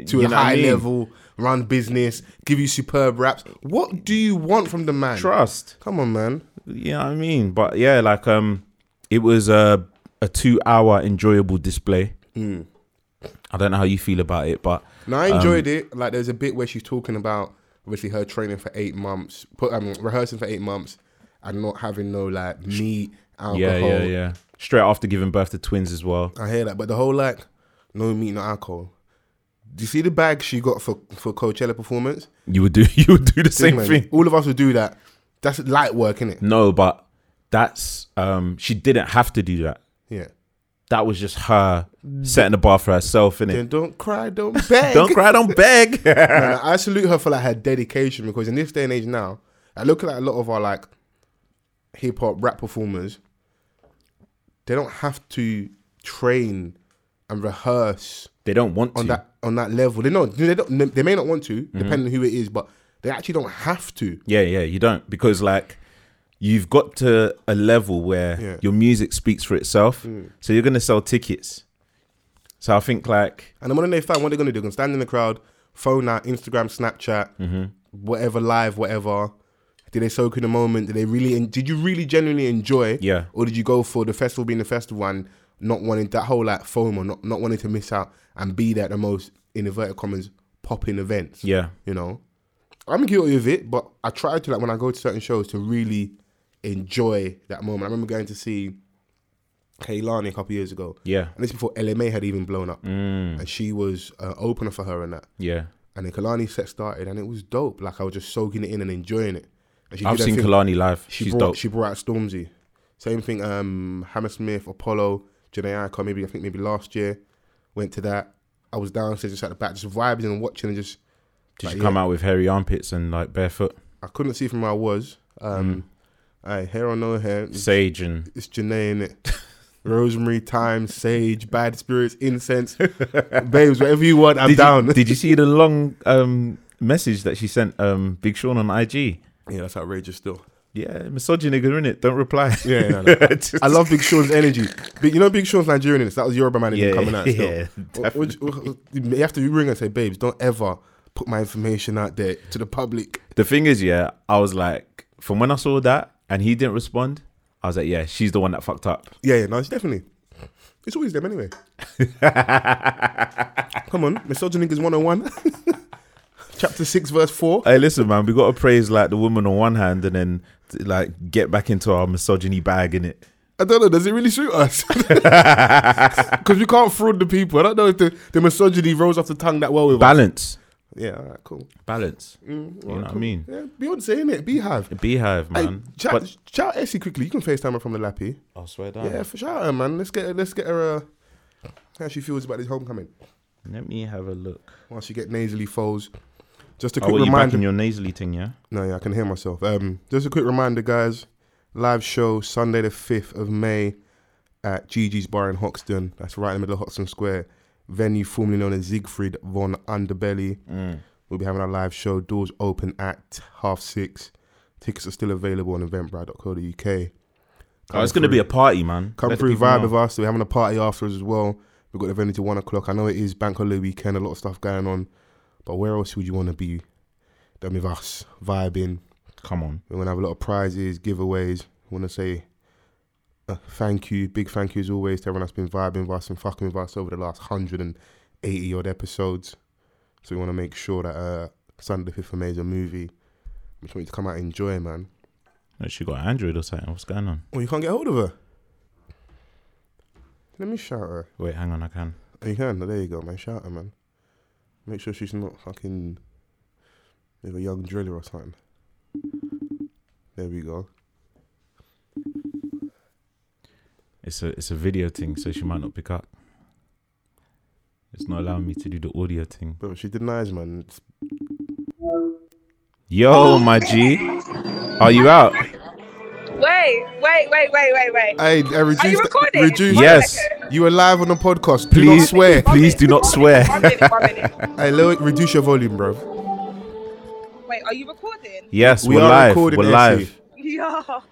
You
a
know what I
high
mean?
level, run business, give you superb raps. What do you want from the man?
Trust.
Come on, man.
You know what I mean? But yeah, like um it was a a two hour enjoyable display. I don't know how you feel about it, but
Now I enjoyed
Um,
it. Like there's a bit where she's talking about obviously her training for eight months, put um rehearsing for eight months, and not having no like meat, alcohol.
yeah, yeah, yeah. Straight after giving birth to twins as well.
I hear that, but the whole like no meat, no alcohol. Do you see the bag she got for for Coachella performance?
You would do you would do the same
Man,
thing.
All of us would do that. That's light work, innit?
No, but that's um she didn't have to do that.
Yeah.
That was just her setting the bar for herself, innit?
Then don't cry, don't beg.
Don't cry, don't beg.
Man, I salute her for like her dedication because in this day and age now, I look at a lot of our like hip hop rap performers. They don't have to train and rehearse
they don't want to.
on that on that level. They don't. They don't. They may not want to, depending on who it is, but they actually don't have to.
Yeah, yeah, you don't because like you've got to a level where
Yeah. Mm.
your music speaks for itself. So you're gonna sell tickets. So I think like
And then when they find what they're gonna do, they're gonna stand in the crowd, phone out, Instagram, Snapchat,
Mm-hmm.
whatever, live, whatever. Did they soak in the moment? Did they really? En- did you really genuinely enjoy?
Yeah.
Or did you go for the festival being the festival and not wanting that whole like FOMO, not not wanting to miss out and be there at the most in inverted commas popping events?
yeah,
You know, I'm guilty of it, but I try to like when I go to certain shows to really enjoy that moment. I remember going to see Kaylani a couple of years ago.
Yeah.
and this before LMA had even blown up,
Mm.
and she was uh, opener for her and that.
yeah.
And then Kalani set started, and it was dope. Like I was just soaking it in and enjoying it. And she
I've
did her
seen
thing.
Kalani live.
She
She's
brought
dope.
she brought out Stormzy. Same thing. Um, Hammersmith, Apollo, Janae Icon. Maybe I think maybe last year went to that. I was downstairs just at the back, just vibing and watching, and just
Did
like,
she
yeah.
come out with hairy armpits and like barefoot
I couldn't see from where I was.
Mm.
Um, aye, hair or no hair, it's,
sage and
it's Janae in it. Rosemary, thyme, sage, bad spirits, incense, babes, whatever you want, I'm
did
down.
You, did you see the long um message that she sent um Big Sean on IG?
yeah, that's outrageous. Still,
Yeah, misogyny, in it. Don't reply.
yeah, no, no. I love Big Seur's energy. Big, you know, Big Seur's Nigerian. in this. That was Yoruba man in
Yeah,
him coming out. Still.
yeah,
What- what- you have to ring and say, babes, don't ever put my information out there to the public.
The thing is, yeah, I was like, from when I saw that and he didn't respond, I was like, yeah, she's the one that fucked up.
Yeah, yeah, no, it's definitely. It's always them anyway. Come on, misogyny is 101. Chapter 6, verse 4.
Hey, listen, man, we got to praise like the woman on one hand and then t- like get back into our misogyny bag in it.
I don't know. Does it really suit us? Because we can't fraud the people. I don't know if the, the misogyny rolls off the tongue that well with us.
Balance,
Yeah, all right, cool.
balance. you know what I mean?
Yeah, Beyonce, innit? Beehive.
Beehive,
Hey,
man.
shout,
But-
shout Essie quickly. You can FaceTime her from the lappy.
I swear down.
Yeah, for shout her, man. Let's get her, let's get her uh, how she feels about this homecoming.
Let me have a look.
While she get nasally folds. Just a
Oh,
quick
what, you
reminder.
backing your nasally thing, yeah?
No, yeah, I can hear myself. Um, just a quick reminder, guys. Live show Sunday the fifth of May at Gigi's Bar in Hoxton. That's right in the middle of Hoxton Square. Venue formerly known as Siegfried von Underbelly.
Mm.
We'll be having our live show. Doors open at half six. Tickets are still available on eventbrite.co.uk.
Oh, it's going to be a party, man.
Come
Let the
through,
people
vibe
know.
with us. We're having a party afterwards as well. We've got the venue to one o'clock. I know it is bank holiday weekend, a lot of stuff going on. But where else would you want to be than with us? Vibing.
Come on.
We're gonna have a lot of prizes, giveaways. want to say uh, thank you, big thank you as always to everyone that's been vibing with us and fucking with us over the last hundred and eighty odd episodes. So we want to make sure that uh, Sunday the Fifth of May is a movie. We just want you to come out and enjoy, man.
Oh, She got Android or something. What's going on?
Well, you can't get hold of her. Let me shout her.
Wait, hang on, I can.
Oh, You can. There you go, man. Shout her, man. Make sure she's not fucking with a young driller or something. There we go.
It's a it's a video thing, so she might not pick up. It's not allowing me to do the audio thing.
But she denies, man. It's
Yo, my G, are you out?
Wait, wait, wait, wait, wait, wait.
Hey, I reduced,
recording?
reduced-
Yes.
You were live on the podcast. Do not
Please
swear.
One
Please do
minute,
not
one
swear.
minute, One minute, one minute.
Hey, Loic, reduce your volume, bro.
Wait, are you recording?
Yes,
We
we are
are
live.
recording,
We're
SE.
live.
Yeah. oh,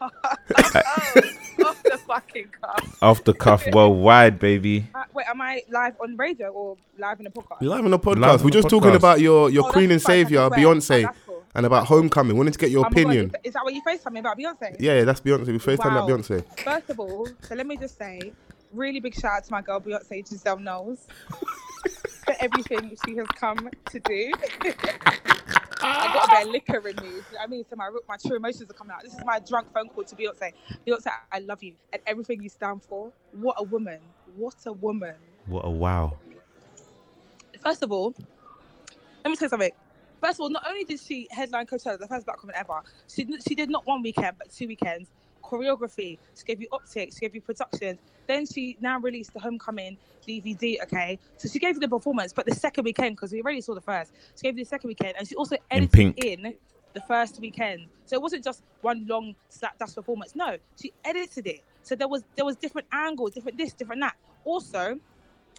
off the fucking cuff.
Off the cuff, worldwide, baby.
Uh, Wait, am I live on radio or live in a podcast?
You're live on the podcast.
Live on the
we're just talking
podcast.
about your, your
Oh,
queen and
that's fine, that's
savior,
square.
Beyonce,
Oh, that's cool.
and about homecoming. Wanted to get your
Oh my God,
opinion.
is, is that what you FaceTime me about Beyonce?
yeah, yeah, that's Beyonce. We first time
Wow.
that Beyonce.
First of all, so let me just say, really big shout out to my girl Beyonce Giselle Knowles for everything she has come to do. I got a bit of liquor in me. You know what I mean, so my my true emotions are coming out. This is my drunk phone call to Beyonce. Beyonce, I love you and everything you stand for. What a woman! What a woman!
What a wow.
First of all, let me tell you something. First of all, not only did she headline Coachella, the first black woman ever, she, she did not one weekend, but two weekends. Choreography, she gave you optics, she gave you productions. Then she now released the Homecoming DVD, okay? So she gave you the performance, but the second weekend, because we already saw the first, she gave you the second weekend, and she also edited
pink.
in the first weekend. So it wasn't just one long slapdash performance. No, she edited it. So there was there was different angles, different this, different that. Also,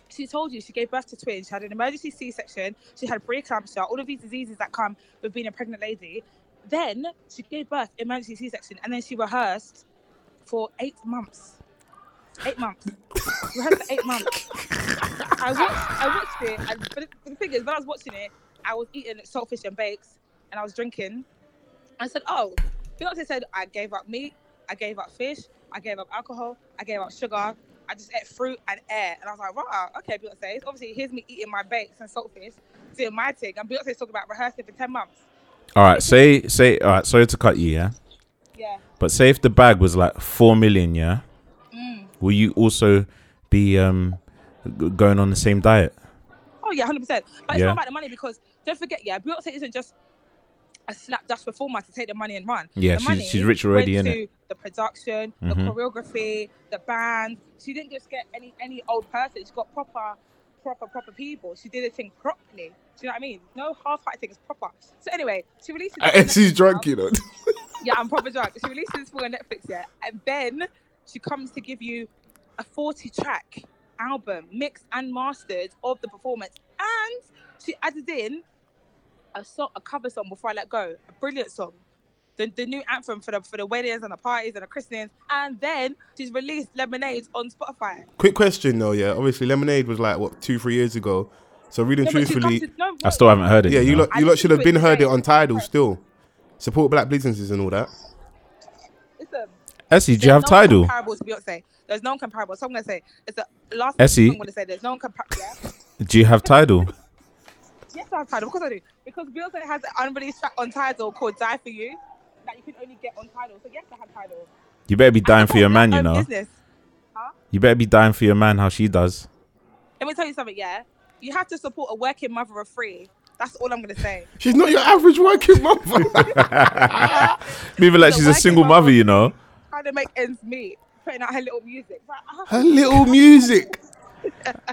she told you she gave birth to twins. She had an emergency C-section. She had preeclampsia. All of these diseases that come with being a pregnant lady. Then she gave birth emergency C-section, and then she rehearsed for eight months. Eight months. rehearsed for eight months. I watched. I watched it, and but the- the thing is, when I was watching it, I was eating saltfish and bakes, and I was drinking. I said, "Oh, Beyonce said I gave up meat, I gave up fish, I gave up alcohol, I gave up sugar, I just ate fruit and air. And I was like, wow, okay, Beyonce. It's obviously, here's me eating my bakes and saltfish, doing my thing. And Beyonce's talking about rehearsing for 10 months.
All right, say say. All right, sorry to cut you, yeah.
Yeah.
But say if the bag was like four million, yeah.
Mm.
Will you also be um g- going on the same diet?
Oh, yeah, 100%. But it's
Yeah.
not about the money because don't forget, yeah, Beyonce isn't just a slapdash performer to take the money and run.
Yeah,
The
she's-
money
she's rich already,
went
innit? Mm-hmm.
to The production, the choreography, the band. She didn't just get any any old person. She got proper, proper, proper people. She did a thing properly. Do you know what I mean? No half-hearted thing. It's proper. So anyway, she released. it on
And she's
Netflix
drunk,
now.
you know.
Yeah, I'm proper drunk. She releases this for Netflix, yeah, and then she comes to give you a 40 track album, mixed and mastered of the performance, and she added in a song, a cover song before I let go, a brilliant song. The, the new anthem for the for the weddings and the parties and the christenings, and then she's released Lemonade on Spotify.
Quick question though, yeah. Obviously, Lemonade was like what two, three years ago. So reading
No, but she
truthfully,
comes to- no,
I
wait.
still haven't heard it.
yeah, you
know?
lot,
I
you lot
listened
should
to
have
it
been heard it
today.
on Tidal still. Support black businesses and all that.
Listen,
Essie, do you have
There's no one
title?
Comparable to Beyonce. There's no one comparable. So I'm gonna say it's the last
Essie.
thing I'm gonna say. There's no one comparable.
Do you have title?
Yes, I have title. Of course I do. Because Beyonce has an unreleased track on title called Die For You that you can only get on title. So yes, I have title.
You better be dying for your man, you
Own
know.
Business.
You better be dying for your man, how she does.
Let me tell you something, yeah? You have to support a working mother of three. That's all I'm going to say.
She's not your average working mother.
Even like
So
she's a
why do
single
you-
mother, you know.
Trying to make ends meet, putting out her little music. Like, I have
Her little music.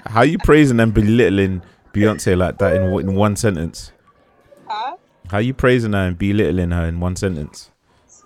How you praising and belittling Beyonce like that in w- in one sentence?
her.
How you praising her and belittling her in one sentence?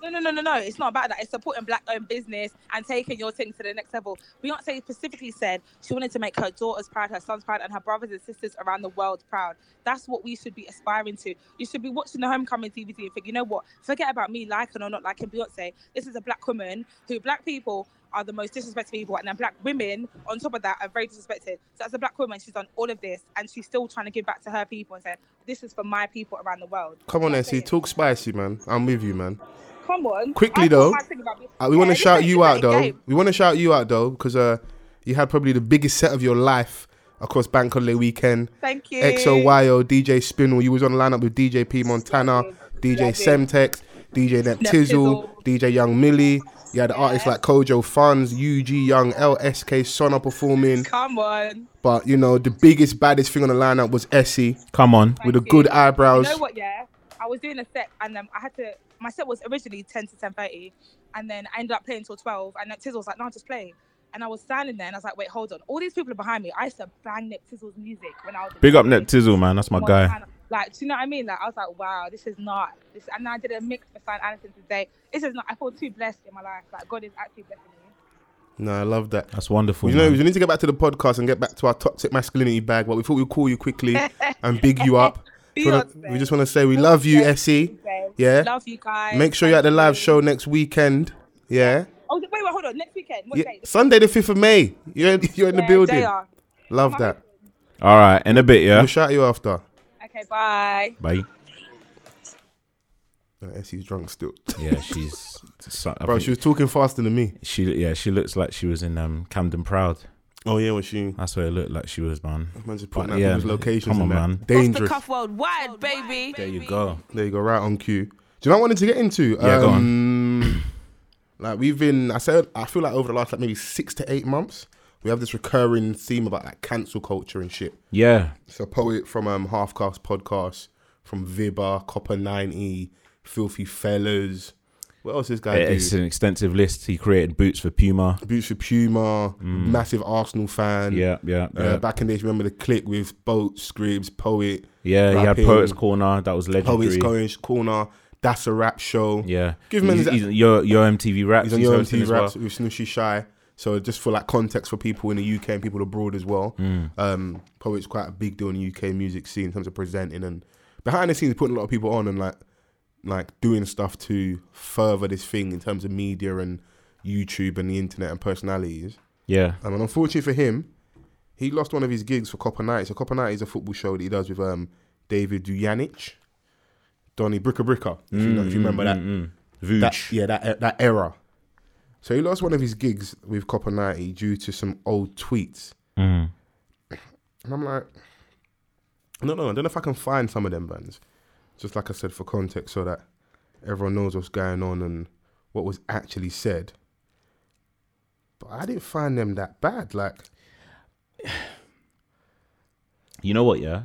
No, no, no, no, no. It's not about that. It's supporting black owned business and taking your thing to the next level. Beyonce specifically said she wanted to make her daughters proud, her sons proud, and her brothers and sisters around the world proud. That's what we should be aspiring to. You should be watching the homecoming DVD and think, you know what? Forget about me liking or not liking Beyonce. This is a black woman who black people are the most disrespected people, and then black women on top of that are very disrespected. So as a black woman, she's done all of this, and she's still trying to give back to her people and say, this is for my people around the world.
Come on, Essie, talk spicy, man. I'm with you, man.
Come on.
Quickly,
I thought
though.
my thing about Beyonce-
Uh, we want
Yeah,
to
this
shout
ain't-
you
this
out
ain't
though.
game.
We want to shout you out though because uh, you had probably the biggest set of your life across Bank Holiday weekend.
Thank you.
XOYO, DJ Spinel. You was on the lineup with DJ P Montana, DJ
Love it.
Semtex, DJ Neptizzle,
Neptizzle.
DJ Young Millie. You had artists like Kojo Funds, UG Young, LSK Sona performing.
Come on.
But you know the biggest, baddest thing on the lineup was Essie
Come on.
with the
Thank
good
you.
eyebrows.
You know what? Yeah, I was doing a set and um, I had to. My set was originally ten to ten thirty, and then I ended up playing till twelve. And then Tizzle was like, "No, just play." And I was standing there and I was like, "Wait, hold on! All these people are behind me." I used to bang Nip Tizzle's music when I was. in
Big up
Tizzle's
Neptizzle, man. That's my guy.
Montana. Like, do you know what I mean? Like, I was like, wow, this is not this. And I did a mix for San Anderson today. This is not. I feel too blessed in my life. Like, God is actually blessing me.
No, I love that.
That's wonderful.
You know,
man.
we need to get back to the podcast and get back to our toxic masculinity bag, but we thought we'd call you quickly and big you up. We wanna-
Beyonce.
we just want to say we love you, SE.
Beyonce.
Yeah.
Love you guys.
Make sure you're at the
Thank
live
you.
show next weekend. Yeah.
Oh, wait, wait, hold on. Next weekend. What
Yeah,
day?
Sunday the 5th of May. You're in, you're in
Yeah,
the building.
They are.
Love that.
All right, in a bit, yeah.
We'll shout you after.
Okay, bye.
Bye.
No, Essie's drunk still.
Yeah, she's. so- I
Bro,
think
she was talking faster than me.
she yeah, she looks like she was in um Camden Proud.
Oh, yeah, when she.
That's what it looked like she was, man.
Man, just putting
But
out
yeah,
people's locations
come on,
and that.
man.
Dangerous.
Cuff worldwide, baby.
There you go.
There you go, right on cue. Do you know what I wanted to get into?
Yeah, go on.
um, Like we've been, I said, I feel like over the last like maybe six to eight months, we have this recurring theme about like cancel culture and shit.
Yeah,
So poet from um Half Cast podcast, from Vibba, Copper Ninety, Filthy Fellas. What else this guy
it's
do? Mm.
an extensive list. He created boots for Puma.
Boots for Puma, massive Arsenal fan.
Mm. Yeah, yeah,
Uh,
yeah.
Back in the days, remember the click with Boat, Scribs, Poet.
yeah, he had
rapping, Oh,
Poets Corner. That was
Poets
legendary.
Corner- Corner. That's a rap show.
Yeah,
Give him
He's-
his-
he's your your MTV raps.
He's on
he's
your
hosting
MTV
as well.
raps with Snushy Shy. So just for like context for people in the UK and people abroad as well,
Hmm.
um, Poet's quite a big deal in the UK music scene in terms of presenting and behind the scenes putting a lot of people on and like like doing stuff to further this thing in terms of media and YouTube and the internet and personalities.
Yeah,
Um, and unfortunately for him, he lost one of his gigs for Copper Night. So Copper Night is a football show that he does with um, David Dujanic, Donny Bricka Bricka, if, you, know, if you remember that that,
Vooch.
yeah, that uh, that era. So he lost one of his gigs with Copper 90 due to some old tweets. And I'm like, no, no, I don't know if I can find some of them bands. Just like I said, for context, so that everyone knows what's going on and what was actually said. But I didn't find them that bad. Like,
You know what? Yeah,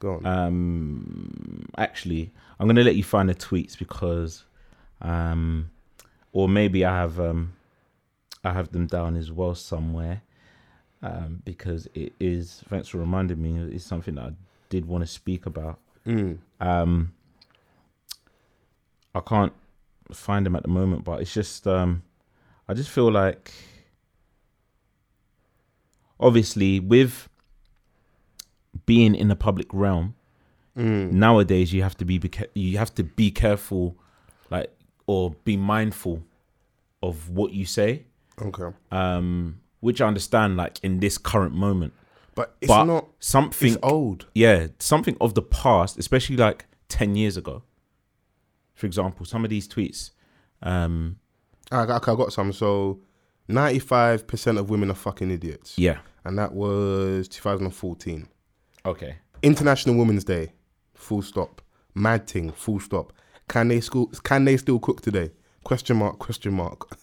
go on.
um actually i'm gonna let you find the tweets because um or maybe i have um i have them down as well somewhere um because it is thanks for reminding me it's something that i did want to speak about um i can't find them at the moment but it's just um i just feel like obviously with being in the public realm nowadays you have to be beca- you have to be careful like or be mindful of what you say
okay.
um which i understand like in this current moment
But it's
but
not,
something
it's old.
yeah something of the past especially like 10 years ago for example some of these tweets um
I, got- I got some. So 95% of women are fucking idiots.
yeah
And that was 2014.
okay
International Women's Day, full stop. Mad thing, full stop. Can they school? Can they still cook today? Question mark. Question mark.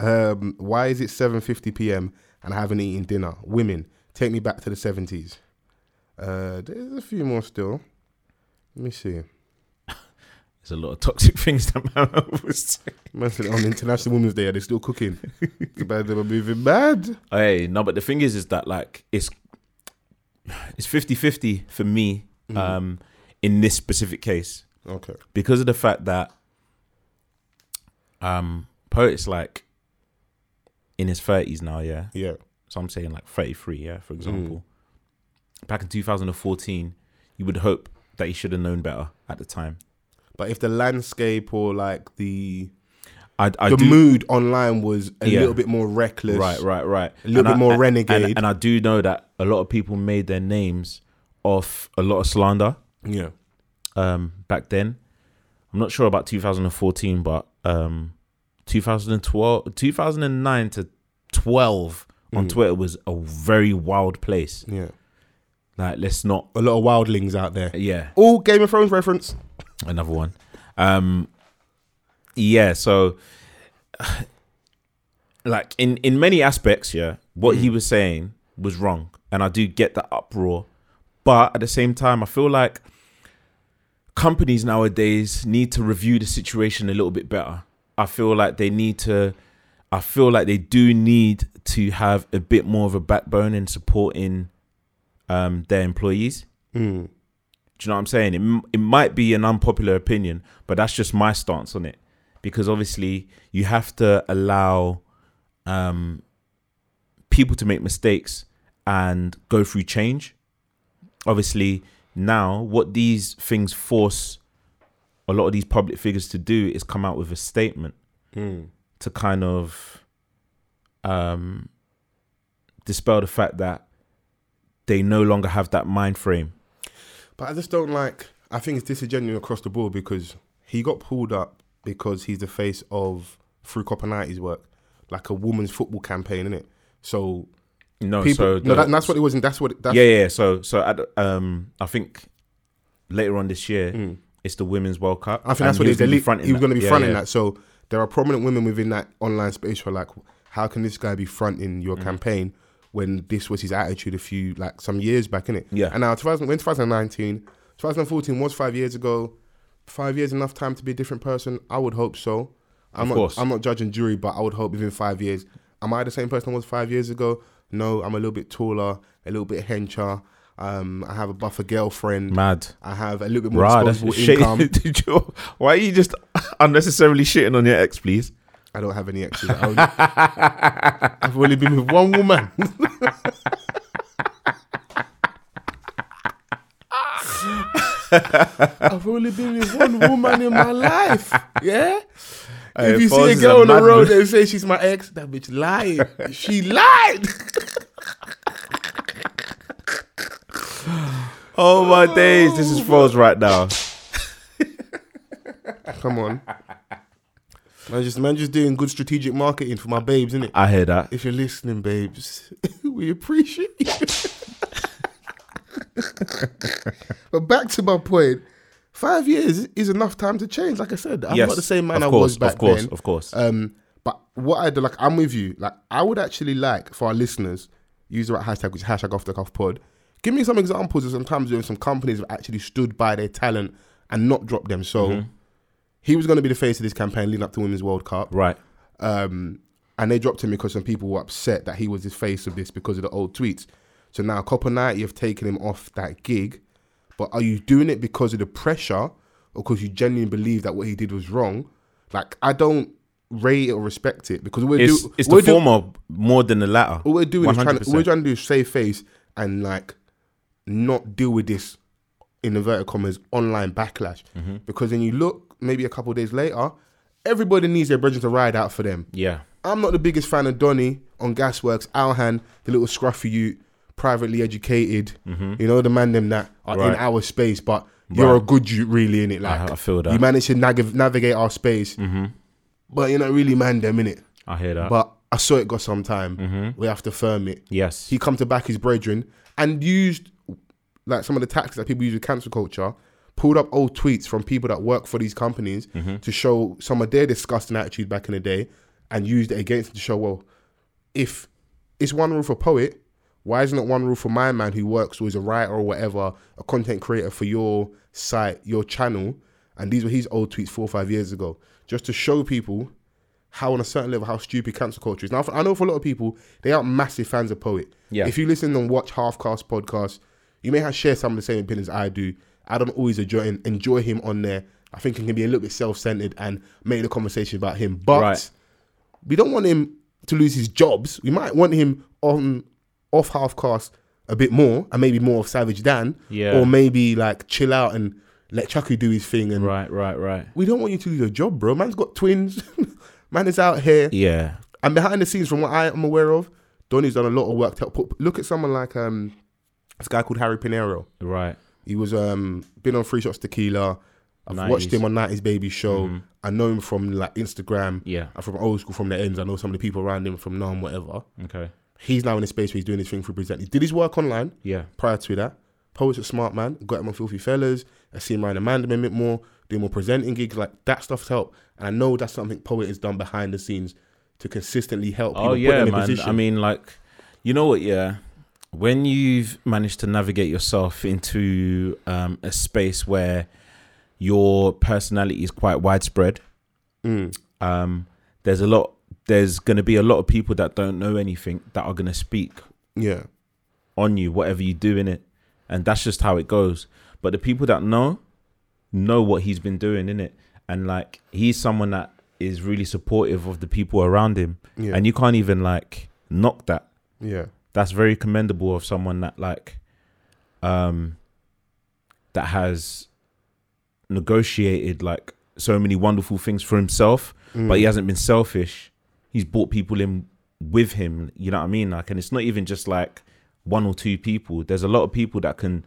Um, why is it 7:50 p.m. and I haven't eaten dinner? Women, take me back to the 70s. Uh, there's a few more still. Let me see.
there's a lot of toxic things that man was saying.
Man said on International Women's Day, are they still cooking? It's bad. They were moving bad.
Oh, Hey, no, but the thing is, is that like it's it's 50-50 for me
Mm-hmm.
um, in this specific case
Okay.
because of the fact that um, poet's like in his thirties now, yeah.
Yeah.
So I'm saying like thirty three, yeah,
Mm.
for example. Back in 2014, you would hope that he should have known better at the time.
But if the landscape or like the
I, I
the
do,
mood online was a
Yeah.
little bit more reckless,
Right, right, right. A
little bit more renegade.
And, and I do know that a lot of people made their names off a lot of slander.
Yeah.
um, back then. I'm not sure about 2014, but um, 2012, 2009 to 12 on Twitter was a very wild place.
Yeah.
Like, let's not,
a lot of wildlings out there.
yeah,
All Game of Thrones reference.
another one. Um, yeah, so like in in many aspects, yeah, what he was saying was wrong, and I do get the uproar, but at the same time, I feel like companies nowadays need to review the situation a little bit better. I feel like they need to. I feel like they do need to have a bit more of a backbone in supporting um, their employees Do you know what I'm saying? It, m- it might be an unpopular opinion, but that's just my stance on it. Because obviously, you have to allow um, people to make mistakes and go through change. Obviously, now what these things force a lot of these public figures to do is come out with a statement to kind of um, dispel the fact that they no longer have that mind frame.
But I just don't like. I think it's disingenuous across the board because he got pulled up because he's the face of through Copper Nighty's work, like a woman's football campaign, innit? Oh, So
No,
people,
so
no,
the-
that, that's what it was, and that's what. It, that's,
yeah, yeah. So, so at, um, I think later on this year it's the Women's World Cup.
Mm. I think
and
that's what
he was
it is. They're
gonna be
li-
fronting
He was
that.
going to be
Yeah,
fronting
yeah.
that. So there are prominent women within that online space who are like, how can this guy be fronting
Mm.
your campaign when this was his attitude a few, like some years back, innit?
Yeah.
And now 2000, when 2019, 2014 was five years ago. Five years enough time to be a different person? I would hope so. I'm
Of
not,
course.
I'm not judging jury, but I would hope within five years. Am I the same person I was five years ago? No, I'm a little bit taller, a little bit hencher. Um, I have a buffer girlfriend.
Mad.
I have a little bit more
Bruh, that's
disposable income.
shit. Did you- Why are you just unnecessarily shitting on your ex, please?
I don't have any exes. I only, I've only been with one woman. I've only been with one woman in my life. Yeah. if you see a
Fonz is
girl
a
on the
madman.
road and say she's my ex, that bitch lying. She lied.
Oh my days, this is false right now.
Come on. Man, just man, just doing good strategic marketing for my babes, innit?
I hear that.
If you're listening, babes, we appreciate you. but back to my point, five years is enough time to change. Like I said, I'm
yes,
not the same man
of
I
course,
was back
Of course,
then.
of course.
Um, but what I do, like, I'm with you. Like, I would actually like for our listeners, use the right hashtag, which is hashtag off the cuff pod. Give me some examples of sometimes when some companies have actually stood by their talent and not dropped them. So
Mm-hmm.
he was going to be the face of this campaign leading up to Women's World Cup
right.
um, and they dropped him because some people were upset that he was the face of this because of the old tweets. So now Copper Knight, you've taken him off that gig, but are you doing it because of the pressure or because you genuinely believe that what he did was wrong? Like I don't rate it or respect it because we're
It's,
do-
it's
we're
the
do-
former more than the latter.
what we're doing is trying to,
100%.
we're trying to do is save face and like not deal with this in inverted commas online backlash
Mm-hmm.
because then you look maybe a couple of days later, everybody needs their brethren to ride out for them.
yeah.
I'm not the biggest fan of Donny on Gasworks, Alhan, the little scruffy you, privately educated. You know, the man them that are in
Mm-hmm. Right.
our space, but you're a
Right.
good you really in it. Like
I feel that. Mm-hmm.
you manage to nav- navigate our space, but you're not really man them in it.
I hear that.
But I saw it got some time.
Mm-hmm.
We have to firm it.
yes.
He come to back his brethren and used like some of the tactics that people use with cancel culture, pulled up old tweets from people that work for these companies to show some of their disgusting attitude back in the day and used it against them to show, well, if it's one rule for poet, why isn't it one rule for my man who works or is a writer or whatever, a content creator for your site, your channel? And these were his old tweets four or five years ago, just to show people how on a certain level how stupid cancel culture is. Now for- I know for a lot of people they aren't massive fans of poet.
Yeah.
If you listen and watch half cast podcasts, you may have share some of the same opinions I do. I don't always enjoy enjoy him on there. I think it can be a little bit self centered and make the conversation about him. But
Right.
we don't want him to lose his jobs. We might want him on off half cast a bit more and maybe more of Savage Dan.
Yeah.
Or maybe like chill out and let Chucky do his thing and
right, right, right.
we don't want you to lose your job, bro. Man's got twins. Man is out here.
Yeah.
And behind the scenes, from what I am aware of, Donny's done a lot of work to help put, look at someone like um this guy called Harry Pinero.
Right.
He was um been on Three Shots Tequila. I've
90s.
watched him on 90s Baby Show. I know him from like Instagram.
Mm-hmm. Yeah.
And from old school, from the ends. I know some of the people around him from Nam, whatever.
Okay.
He's now in a space where he's doing his thing for present. He did his work online
Yeah.
prior to that. Poet's a smart man, got him on Filthy Fellas. I see him around Amanda a bit more, doing more presenting gigs. Like that stuff's helped. And I know that's something Poet has done behind the scenes to consistently help people
Oh
put them
yeah,
in
man.
position.
I mean, like, you know what? Yeah, when you've managed to navigate yourself into um, a space where your personality is quite widespread,
Mm.
um, there's a lot. There's going to be a lot of people that don't know anything that are going to speak
yeah.
on you, whatever you do in it, and that's just how it goes. But the people that know know what he's been doing in it, and like he's someone that is really supportive of the people around him,
Yeah.
and you can't even like knock that.
Yeah.
That's very commendable of someone that like, um, that has negotiated like so many wonderful things for himself, but he hasn't been selfish. He's brought people in with him. You know what I mean? Like, and it's not even just like one or two people. There's a lot of people that can,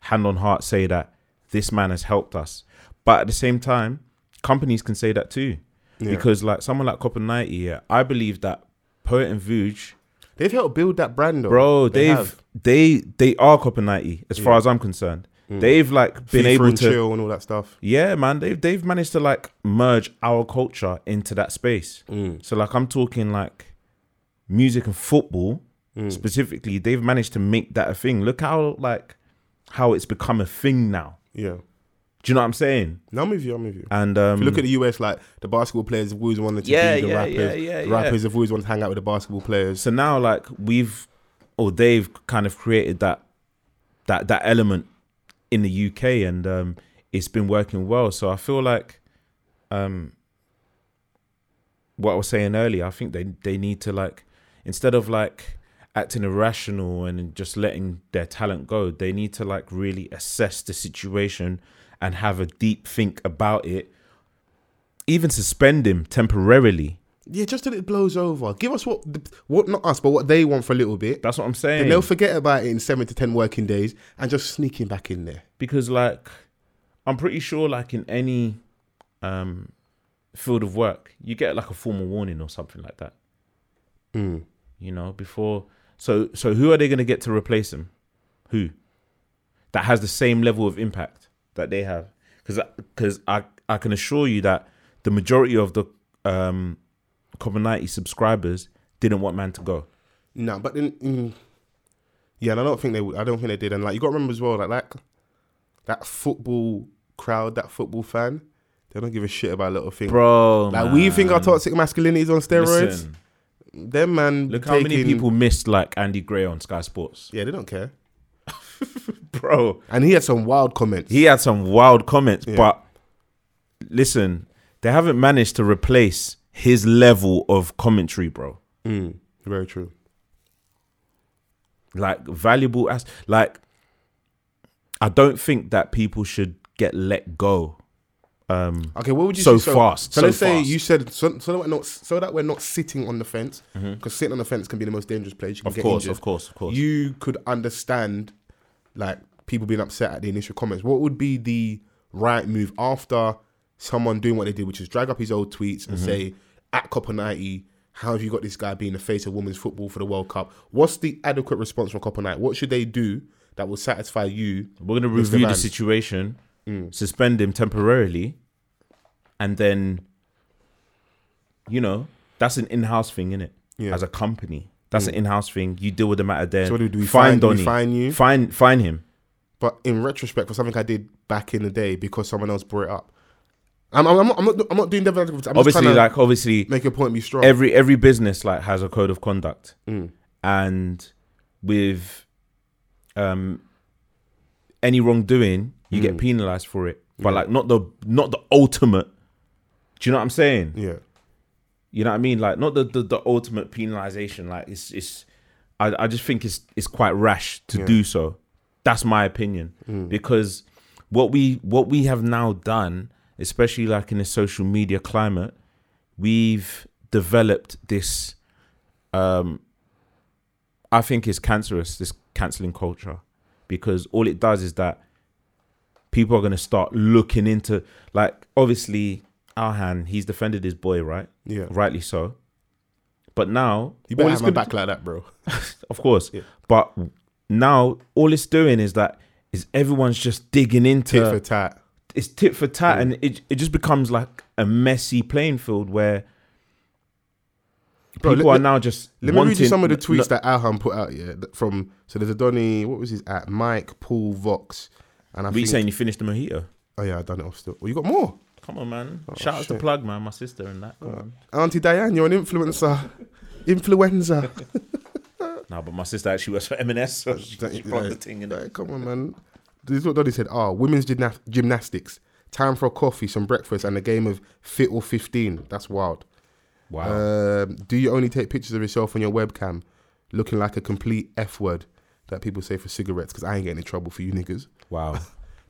hand on heart, say that this man has helped us. But at the same time, companies can say that too, because like someone like Copper Ninety, yeah, I believe that Poet and Vuj,
They've helped build that brand, though.
bro, they have
have.
they they are Copper Ninety as far as I'm concerned. They've like been able
Hmm. FIFA and
to
chill and all that stuff.
yeah, man, they've they've managed to like merge our culture into that space.
Hmm.
So like I'm talking like music and football
Hmm.
specifically, they've managed to make that a thing. Look how like how it's become a thing now.
Yeah.
Do you know what I'm saying?
No, I'm with you. I'm with you.
And um,
If you Uh, look at the US, like the basketball players have always wanted to
Yeah,
be the
yeah,
rappers.
yeah, yeah,
the
yeah.
rappers have always wanted to hang out with the basketball players.
so now like we've or they've kind of created that that that element in the UK and um it's been working well so I feel like um what I was saying earlier I think they they need to like instead of like acting irrational and just letting their talent go they need to like really assess the situation and have a deep think about it even suspend him temporarily
Yeah, just till it blows over. Give us what the, what not us, but what they want for a little bit.
that's what I'm saying
And they'll forget about it in seven to ten working days and just sneaking back in there.
because like I'm pretty sure like in any um field of work you get like a formal warning or something like that. Hmm. You know, before so so who are they going to get to replace him? Who that has the same level of impact that they have? Because because I I can assure you that the majority of the um Copenhagen subscribers didn't want man to go.
No, but then mm, yeah, and I don't think they would. I don't think they did. And like you got to remember as well, like that that football crowd, that football fan, they don't give a shit about little things.
Bro,
like we think our toxic masculinity is on steroids.
Listen,
Them man,
look how many
taking-
people missed like Andy Gray on Sky Sports,
Yeah, they don't care.
bro.
And he had some wild comments.
he had some wild comments, but listen, they haven't managed to replace his level of commentary, bro.
Mm, very true.
Like valuable as like I don't think that people should get let go. Um
Okay, what would you
So
say?
fast,
So,
so
let's say
fast.
you said so, so that we're not so that we're not sitting on the fence because sitting on the fence can be the most dangerous place. You can
Mm-hmm. Of
get
course,
injured.
of course, of course.
You could understand like people being upset at the initial comments. What would be the right move after someone doing what they did, which is drag up his old tweets
Mm-hmm.
and say at Copper ninety. How have you got this guy being the face of women's football for the World Cup? What's the adequate response from Copper Knight? What should they do that will satisfy you?
We're gonna
Mr.
review the
Vance?
situation,
Mm.
suspend him temporarily, and then you know, that's an in house thing, innit?
Yeah. Mm.
As a company. That's an in house thing. You deal with the matter there.
So what do we do? We
Find
fine- we
Donny.
fine you?
Fine fine him.
but in retrospect for something I did back in the day because someone else brought it up. I'm, I'm, I'm, not, I'm not I'm not doing devil's advocate. I'm just
obviously
trying to
like obviously
make your point be strong.
every every business like has a code of conduct
Mm.
and with um any wrongdoing you
Mm.
get penalized for it but like not the not the ultimate do you know what i'm saying
yeah,
you know what i mean like not the the, the ultimate penalization like it's it's I, I just think it's it's quite rash to do so that's my opinion because what we what we have now done especially like in the social media climate we've developed this um i think is cancerous this canceling culture because all it does is that people are going to start looking into like obviously Alhan he's defended his boy right
Yeah.
rightly so but now
you better
all
have
it's
my
gonna-
back like that, bro.
of course but now all it's doing is that is everyone's just digging into
Tit for tat.
it's tit for tat, and it it just becomes like a messy playing field where
Bro,
people
let-
are now just.
Let me read you
wanting-
some of the
look-
tweets that Alham put out. Yeah, that- from so there's a Donny. What was his at? Mike Paul Vox. And I
What you
think,
saying? You finished the mojito?
oh yeah, I done it off still. Well, you got more.
Come on, man! Shout out to
Oh, shit. Oh.
Plug, man, my sister, and that. Come on.
Auntie Diane, you're an influencer. Influenza.
No, but my sister actually works for M&S, so she, she plugged the thing in.
Like, Come on, man. This is what Doddy said. Ah, women's gymna- gymnastics. Time for a coffee, some breakfast, and a game of fit or fifteen. That's wild.
Wow.
Um, do you only take pictures of yourself on your webcam, looking like a complete f word that people say for cigarettes? Because I ain't getting in trouble for you niggas.
wow.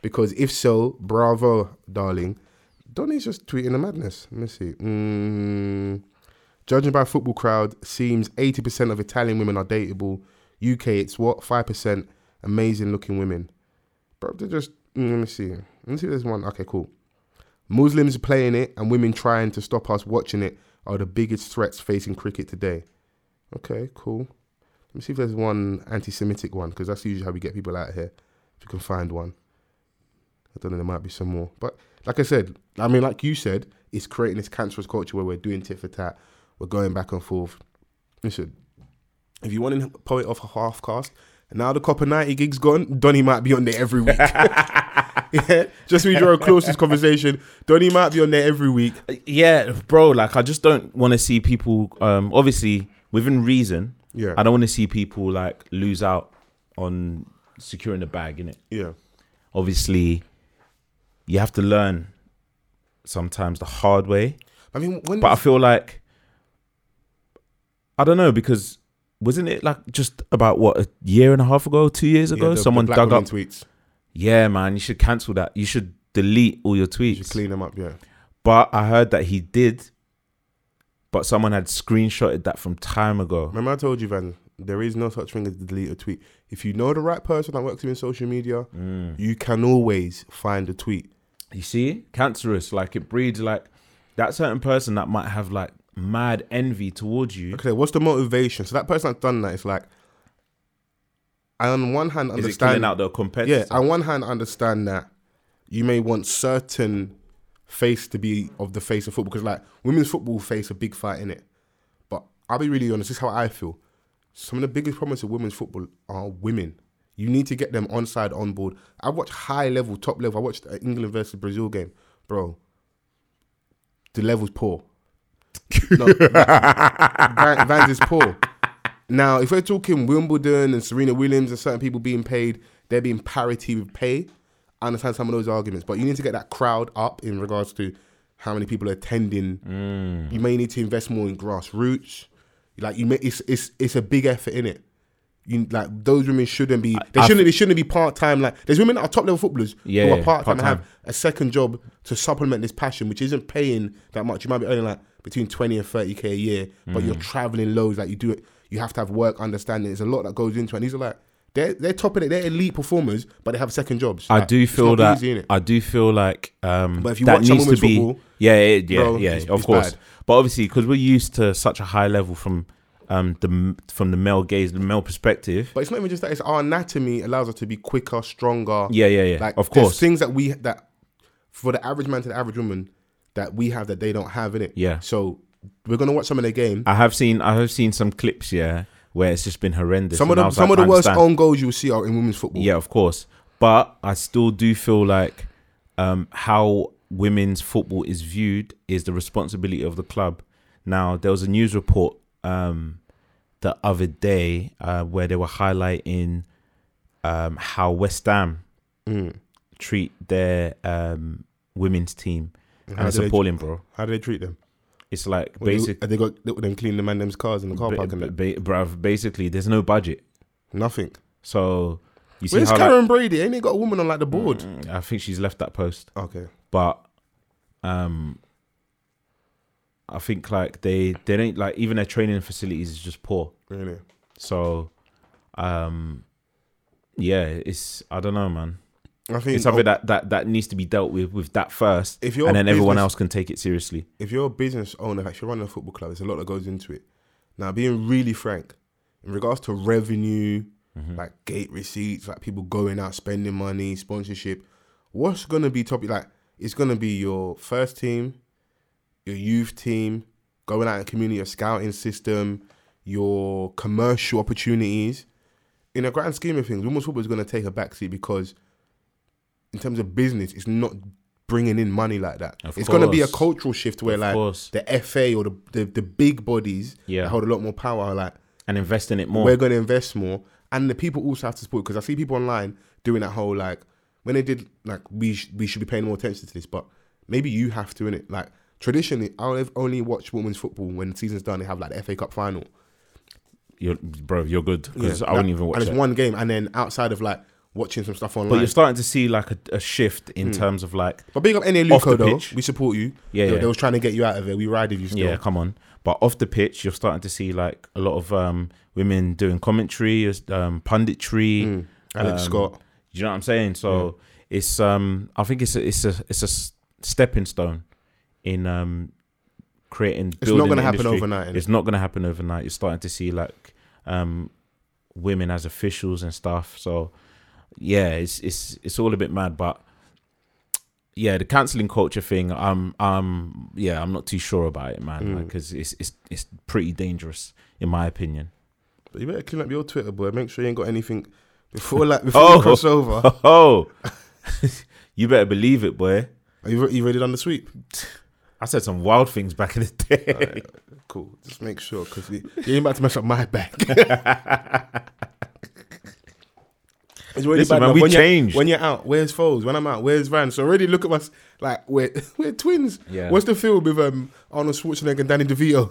Because if so, bravo, darling. Donny's just tweeting the madness. Let me see. Mm, judging by football crowd, seems 80% of Italian women are dateable. UK, it's what? 5%. Amazing looking women. But they're just, mm, let me see. Let me see if there's one. Okay, cool. Muslims playing it and women trying to stop us watching it are the biggest threats facing cricket today. Okay, cool. Let me see if there's one anti Semitic one, because that's usually how we get people out here. If you can find one. I don't know, there might be some more. But like I said, I mean, like you said, it's creating this cancerous culture where we're doing tit for tat, we're going back and forth. Listen, if you want a poet off a half cast, now the Copper 90 gig's gone, Donny might be on there every week. yeah, just so we draw a close to this conversation, Donny might be on there every week.
Yeah, bro. Like I just don't want to see people. Um, obviously within reason.
Yeah.
I don't want to see people like lose out on securing the bag in it.
Yeah.
Obviously, you have to learn sometimes the hard way.
I mean, when
But I feel like I don't know because wasn't it like just about what a year and a half ago, two years
yeah,
ago,
the- the
someone
black
dug
women
up.
tweets,
yeah, man, you should cancel that. You should delete all your tweets.
you clean them up, yeah.
But I heard that he did. But someone had screenshotted that from time ago.
Remember, I told you, Van, there is no such thing as delete a tweet. If you know the right person that works in social media,
Mm.
you can always find a tweet.
You see, cancerous. Like it breeds like that certain person that might have like mad envy towards you.
Okay, what's the motivation? So that person that's done that is like, I on one hand
Is it killing
understand,
out the competitor?
yeah, on one hand understand that you may want certain face to be of the face of football because like women's football face a big fight in it. But I'll be really honest, this is how I feel. Some of the biggest problems of women's football are women. You need to get them on side, on board. I watched high level, top level. I watched an England versus Brazil game, bro. The level's poor. No, Van, Vans is poor. Now, if we're talking Wimbledon and Serena Williams and certain people being paid, they're being parity with pay. I understand some of those arguments, but you need to get that crowd up in regards to how many people are attending.
Mm.
You may need to invest more in grassroots. Like you, may, it's it's it's a big effort in it. You like those women shouldn't be. They
I- I
shouldn't. they shouldn't be part time. Like there's women that are top level footballers
Yeah,
who
yeah,
are part time and
part-time.
have a second job to supplement this passion, which isn't paying that much. You might be earning like between twenty and thirty k a year, but
Mm.
you're traveling loads. Like you do it, you have to have work understanding. There's a lot that goes into it. And these are like they're they're topping it. They're elite performers, but they have second jobs.
I
Like,
do
it's
feel
not
that.
easy, innit?
I do feel like um,
But if you
that
watch some
needs to
women's
be.
football,
yeah, yeah, yeah,
bro,
yeah
it's-
of
it's
course.
bad.
But obviously, because we're used to such a high level from um, the m- from the male gaze, the male perspective.
But it's not even just that. It's our anatomy allows us to be quicker, stronger.
Yeah, yeah, yeah.
Like
Of
there's
course.
things that we that for the average man to the average woman that we have that they don't have in it.
Yeah.
So we're gonna watch some of their game.
I have seen, I have seen some clips, yeah, where it's just been horrendous.
Some of
and I
the
was
some
like,
of the
I
worst
understand.
own goals you'll see are in women's football.
Yeah, of course. But I still do feel like um, how women's football is viewed is the responsibility of the club. Now, there was a news report um, the other day uh, where they were highlighting um, how West Ham
Mm.
treat their um, women's team. And it's
do they-
appalling, bro.
How do they treat them?
It's like
Well,
basic,
They, they got they, them cleaning the man them's cars in the car
ba-
park and that.
ba- bruv, basically, there's no budget.
Nothing.
So you see
Where's
how like-
Karen Brady? Ain't they got a woman on like the board?
I think she's left that post.
Mm. Okay.
but um I think like they they don't like even their training facilities is just poor.
Really?
So um yeah, it's I don't know, man.
I think
It's something that, that that needs to be dealt with with that first,
If you're
and then everyone
business-
else can take it seriously.
if you're a business owner, like if you're running a football club, there's a lot that goes into it. Now, being really frank, in regards to revenue,
Mm-hmm.
like gate receipts, like people going out spending money, sponsorship, what's gonna be topic? Like it's gonna be your first team, your youth team, going out in community, your scouting system, your commercial opportunities. In a grand scheme of things, women's football is gonna take a backseat because, in terms of business, it's not bringing in money like that.
Of
it's gonna be a
course.
cultural shift where
Of
like
course.
the FA or the, the the big bodies
Yeah.
that hold a lot more power are like
And invest in it more.
we're going to invest more, and the people also have to support because I see people online doing that whole like when they did like we sh- we should be paying more attention to this, but maybe you have to in it. Like traditionally, I'll only watch women's football when the season's done. They have like the FA Cup final.
You're, bro, you're good because
Yeah,
I wouldn't
that-
even watch
And it's
it.
one game, and then outside of like watching some stuff online.
but you're starting to see like a, a shift
Hmm.
in terms of like,
But big up NA
Off the
Luco though.
pitch.
We support you.
Yeah,
they,
yeah.
they was trying to get you out of it. We ride with you still.
yeah, come on. But off the pitch, you're starting to see like a lot of um, women doing commentary, um, punditry.
Alex
um,
Scott.
Do you know what I'm saying? So it's um I think it's a, it's a it's a s- stepping stone in um creating.
It's
building
not gonna
the
happen
industry.
overnight, innit?
It's not gonna happen overnight. You're starting to see like um women as officials and stuff. So yeah, it's it's it's all a bit mad, but yeah, the cancelling culture thing. Um, um, yeah, I'm not too sure about it,
Mm.
man, because it's it's it's pretty dangerous in my opinion.
But you better clean up your Twitter, boy. Make sure you ain't got anything before like before
Oh.
you cross over.
Oh, you better believe it, boy.
You you already done the sweep?
I said some wild things back in the day.
Cool. Just make sure because you you ain't about to mess up my back. It's already
Listen, man,
enough.
we
when you're-
changed.
when you're out, where's Foles? When I'm out, where's Van? So already look at us like we're we're twins.
Yeah.
What's the field with um, Arnold Schwarzenegger and Danny DeVito?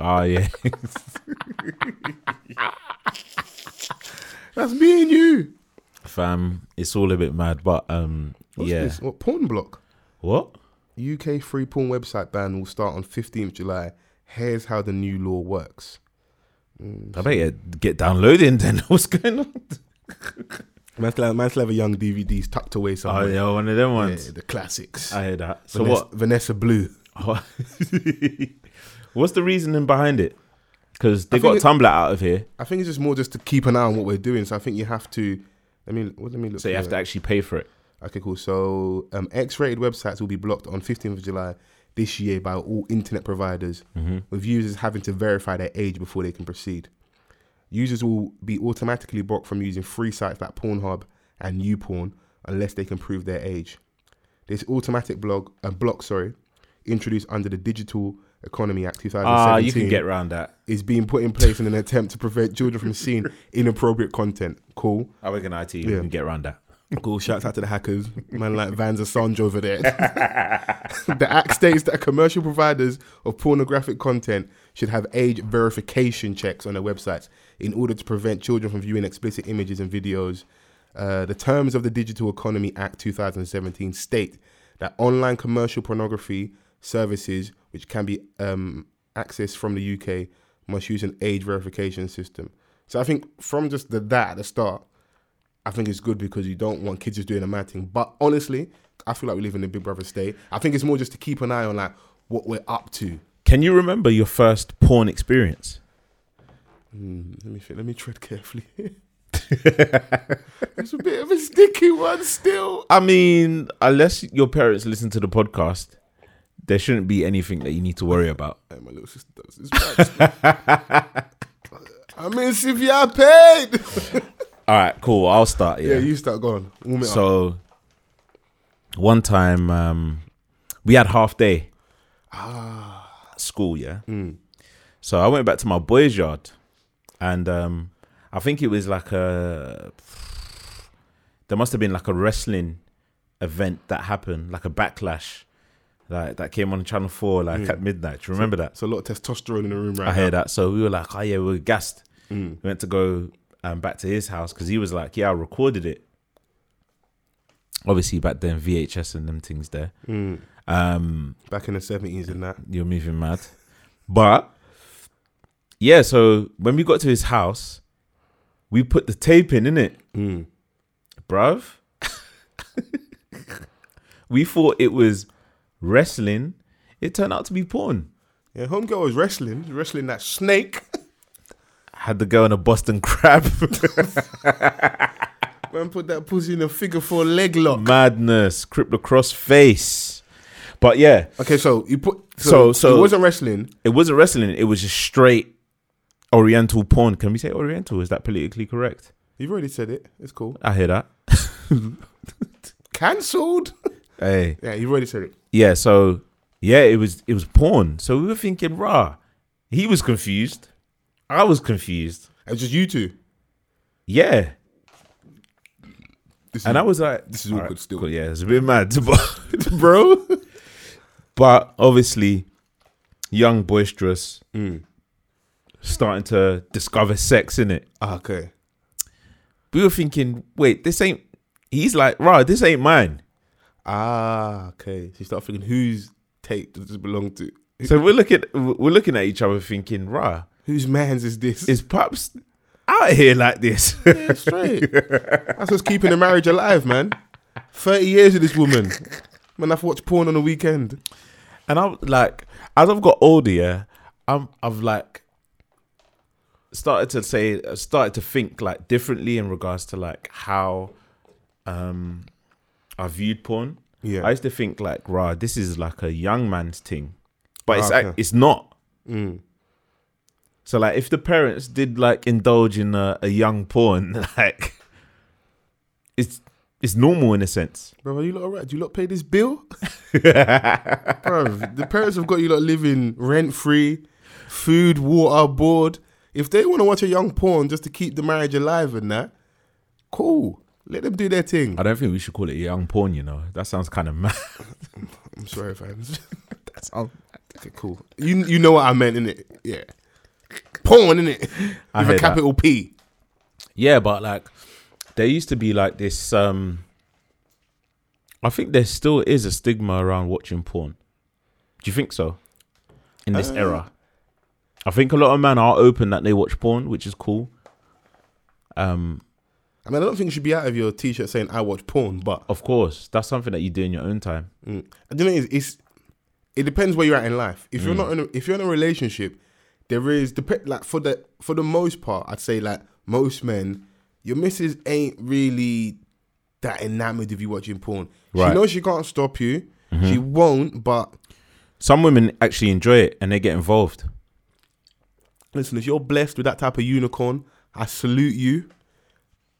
oh yeah,
That's me and you.
fam, it's all a bit mad, but um,
What's
yeah.
this? What porn block?
What?
UK free porn website ban will start on 15th July. Here's how the new law works.
I better get downloading then. What's going on?
Man's like, man's like a young DVDs tucked away
Oh
somewhere.
yeah, one of them
Yeah,
ones.
the classics.
I hear that. So
Vanessa,
what?
Vanessa Blue.
What's the reasoning behind it? Because they
I think
got Tumblr out of here,
I think it's just more just to keep an eye on what we're doing. So I think you have to. Let me. Well, let me look.
so you have
for
to
it.
actually pay for it.
Okay, cool. So um, X-rated websites will be blocked on 15th of July this year by all internet providers,
Mm-hmm.
with users having to verify their age before they can proceed. Users will be automatically blocked from using free sites like Pornhub and YouPorn unless they can prove their age. This automatic blog, uh, block, sorry, introduced under the Digital Economy Act 2017
Ah, you can get around that.
is being put in place in an attempt to prevent children from seeing inappropriate content. Cool.
I reckon IT. You
Yeah.
can get around that.
Cool. Shouts out to the hackers. Man like Vans Assange over there. the act states that commercial providers of pornographic content should have age verification checks on their websites in order to prevent children from viewing explicit images and videos. Uh, the terms of the Digital Economy Act 2017 state that online commercial pornography services, which can be um, accessed from the UK, must use an age verification system. So I think from just the that at the start, I think it's good because you don't want kids just doing a mad thing. But honestly, I feel like we live in a Big Brother state. I think it's more just to keep an eye on like what we're up to.
Can you remember your first porn experience?
Let me think, let me tread carefully. it's a bit of a sticky one still.
I mean, unless your parents listen to the podcast, there shouldn't be anything that you need to worry about.
Hey, my little sister does this right still. I mean, see if y'all paid.
All right, cool. I'll start. Yeah.
Yeah, you start going. Warm it up.
so one time um, we had half day ah. school, yeah. So I went back to my boy's yard, and um, I think it was like a there must have been like a wrestling event that happened, like a backlash, like that came on Channel Four, like at midnight. Do you remember that?
It's a lot of testosterone in the room right
I
now.
heard that. So we were like, oh yeah, we were gassed. We went to go um, back to his house because he was like, yeah, I recorded it. Obviously, back then VHS and them things there. Um,
Back in the 70s and that.
you're moving mad, but yeah. So when we got to his house, we put the tape in, innit? Mm. bruv. we thought it was wrestling. It turned out to be porn.
Yeah, homegirl was wrestling, wrestling that snake.
Had the girl in a Boston crab.
Man put that pussy in a figure four leg lock.
madness, Cripple Cross face. But yeah,
Okay, so you put
So-
so so,
so-
it wasn't wrestling.
it wasn't wrestling. It was just straight Oriental porn. Can we say Oriental? Is that politically correct?
You've already said it. It's cool.
I hear that.
Cancelled.
Hey,
yeah, you've already said it.
yeah. So yeah, it was it was porn. So we were thinking, rah. He was confused. I was confused.
It's just you two.
Yeah.
This
And
is-
I was like,
This is
all
awkward still.
cool, yeah, it's a bit mad, but bro. But obviously, young, boisterous,
Hmm.
starting to discover sex in it.
Ah, okay.
We were thinking, wait, this ain't. He's like, rah, this ain't mine.
Ah, okay. So you start thinking, whose tape does this belong to? Who-
So we're looking, we're looking at each other, thinking, rah,
Whose man's is this?
is pops out here like this?
That's straight. That's what's keeping the marriage alive, man. 30 years of this woman. Man, I've watched porn on the weekend.
And I'm like, as I've got older, yeah, I'm I've like started to say, started to think like differently in regards to like how um I viewed porn.
Yeah.
I used to think like, rah, this is like a young man's thing, but it's
Ah,
like
okay.
it's not. Mm. So like, if the parents did like indulge in a, a young porn, like it's it's normal in a sense.
Bro, are you lot alright? Do you lot pay this bill? Bro, the parents have got you lot living rent free, food, water, board. If they want to watch a young porn just to keep the marriage alive and that, cool. Let them do their thing.
I don't think we should call it young porn. You know, that sounds kind of mad.
I'm sorry, fans.
That sounds
Okay, cool. You you know what I meant, innit? Yeah. Porn, innit?
I
With a
heard that.
capital P.
Yeah, but like there used to be like this um I think there still is a stigma around watching porn. Do you think so? In this
Uh,
era. I think a lot of men are open that they watch porn, which is cool. Um,
I mean, I don't think you should be out of your t shirt saying I watch porn, but
of course, that's something that you do in your own time.
Mm. The thing is, it's it depends where you're at in life. If you're not in a, if you're in a relationship, there is depend like for the for the most part, I'd say like most men, your missus ain't really that enamored of you watching porn. She
Right.
knows she can't stop you. She won't, but
Some women actually enjoy it and they get involved.
listen, if you're blessed with that type of unicorn, I salute you.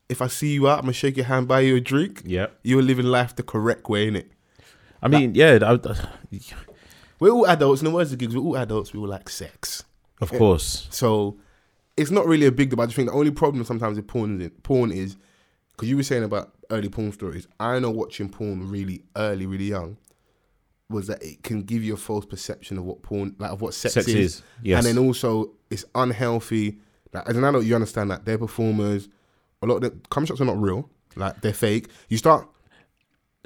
If I see you out, I'm gonna shake your hand, buy you a drink.
Yep.
You're living life the correct way, innit?
I mean, yeah, I-
We're all adults, and the words of gigs, we're all adults, we all like sex.
of course.
So it's not really a big deal. But I just think the only problem sometimes with porn is porn is because you were saying about early porn stories. I know watching porn really early, really young was that it can give you a false perception of what porn like of what sex,
Sex
is.
is, yes.
And then also it's unhealthy. Like as an adult, you understand that they're performers. A lot of the cum shots are not real. Like they're fake. You start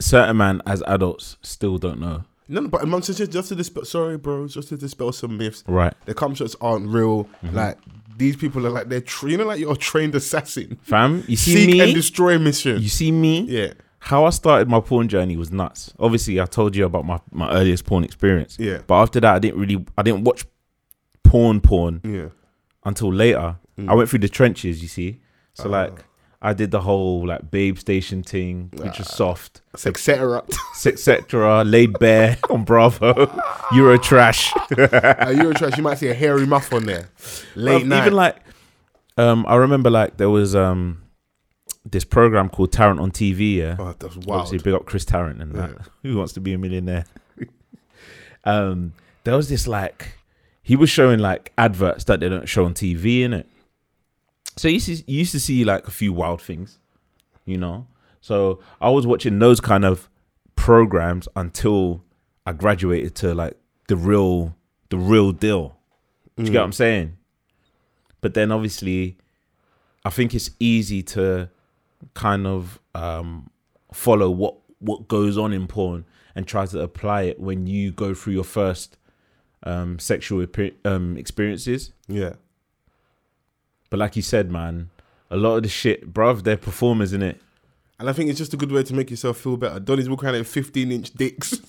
Certain men as adults still don't know.
no, no, but I'm just, just to dispel. Sorry, bro. Just to dispel some myths.
Right.
The cum shots aren't real.
Mm-hmm.
Like these people are like they're tra- you know like you're a trained assassin.
Fam, you see
Seek
me?
and destroy mission.
You see me?
Yeah.
How I started my porn journey was nuts. Obviously, I told you about my, my earliest porn experience.
Yeah.
But after that, I didn't really, I didn't watch porn porn
yeah.
until later. I
Mm.
went through the trenches, you see. So
Ah.
like, I did the whole like babe station thing, which
Ah.
was soft,
Etc.
etc. Laid bare on Bravo, Euro trash.
uh, you're trash. You might see a hairy muff on there. Late
Um,
night.
Even like, um, I remember like there was um this program called Tarrant on TV. Yeah.
oh, that's
Obviously,
wild.
big up Chris Tarrant and that.
Yeah.
Who wants to be a millionaire? um, there was this like he was showing like adverts that they don't show on TV in it. So you used, to, you used to see like a few wild things, you know. So I was watching those kind of programs until I graduated to like the real the real deal. Do
Mm.
you get what I'm saying? But then obviously, I think it's easy to kind of um, follow what what goes on in porn and try to apply it when you go through your first um, sexual epe- um, experiences.
Yeah.
But like you said, man, a lot of the shit, bruv, they're performers in it.
And I think it's just a good way to make yourself feel better. Donnie's walking around in 15 inch dicks.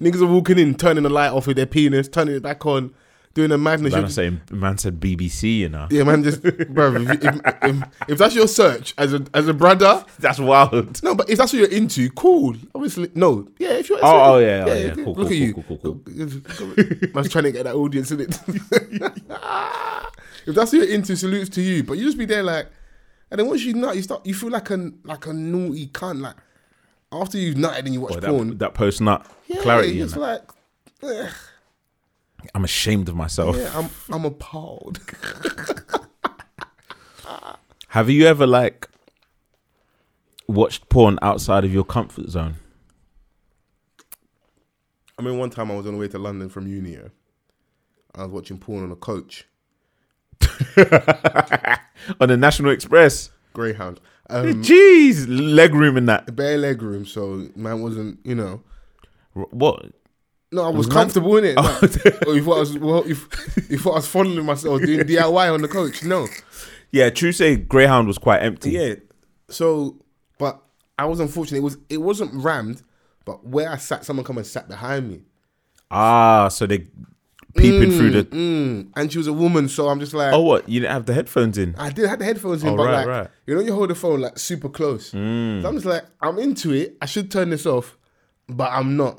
Niggas are walking in, turning the light off with their penis, turning it back on, doing a madness.
Man, I'm
You're just-
saying, man said BBC, you know.
yeah, man, just, bro, if, if, if, if that's your search as a as a brother,
That's wild.
No, but if that's what you're into, cool. Obviously, no. Yeah, if you're.
Oh, oh, yeah, oh, yeah. Cool, cool,
Look at you.
cool, cool, cool,
Man's trying to get that audience in it. if that's what you're into, salutes to you. But you just be there like, and then once you nut, you start. You feel like a like a naughty cunt. Like after you've nutted and you watch
Boy,
porn,
that, that post nut
yeah,
clarity.
It's
innit?
like, ugh,
I'm ashamed of myself.
yeah, I'm I'm appalled.
Have you ever like watched porn outside of your comfort zone?
I mean, one time I was on the way to London from uni. yeah. I was watching porn on a coach,
On the National Express.
Greyhound. Um,
Jeez, leg room in that.
bare leg room, so man wasn't, you know.
R- What?
No, I was comfortable in it. Like, oh, you thought I was, well, you, you thought I was fondling myself doing DIY on the coach? No.
Yeah, true say Greyhound was quite empty.
Yeah. So, but I was unfortunate. It was it wasn't rammed, but where I sat, someone come and sat behind me,
Ah, so they peeping through
Mm,
the.
and she was a woman. So I'm just like,
Oh, what? You didn't have the headphones in?
I did have the headphones in,
Oh,
but
right,
like,
right. Mm.
you know, you hold the phone like super close. So I'm just like, I'm into it. I should turn this off, but I'm not.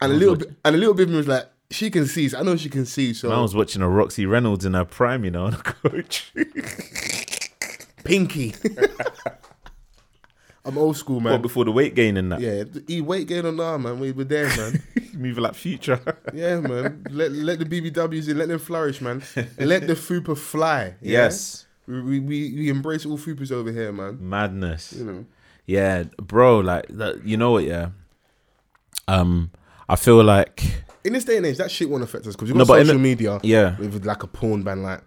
And a little bit, and a little bit of me was like, she can see. So I know she can see. So
I was watching a Roxy Reynolds in her prime, you know, on a coach.
pinky. I'm old school, man.
Well, before the weight gain and that.
yeah, e weight gain or nah, man. We were there, man.
Moving like future.
Yeah, man. Let let the BBWs in. Let them flourish, man. Let the fupa fly. yeah?
Yes.
We, we we we embrace all fupas over here, man.
Madness.
You know.
Yeah, bro, like, that, you know what, yeah? Um, I feel like.
In this day and age, that shit won't affect us because we've
No,
got
but in
social
the-
media.
yeah.
With like a porn ban, like.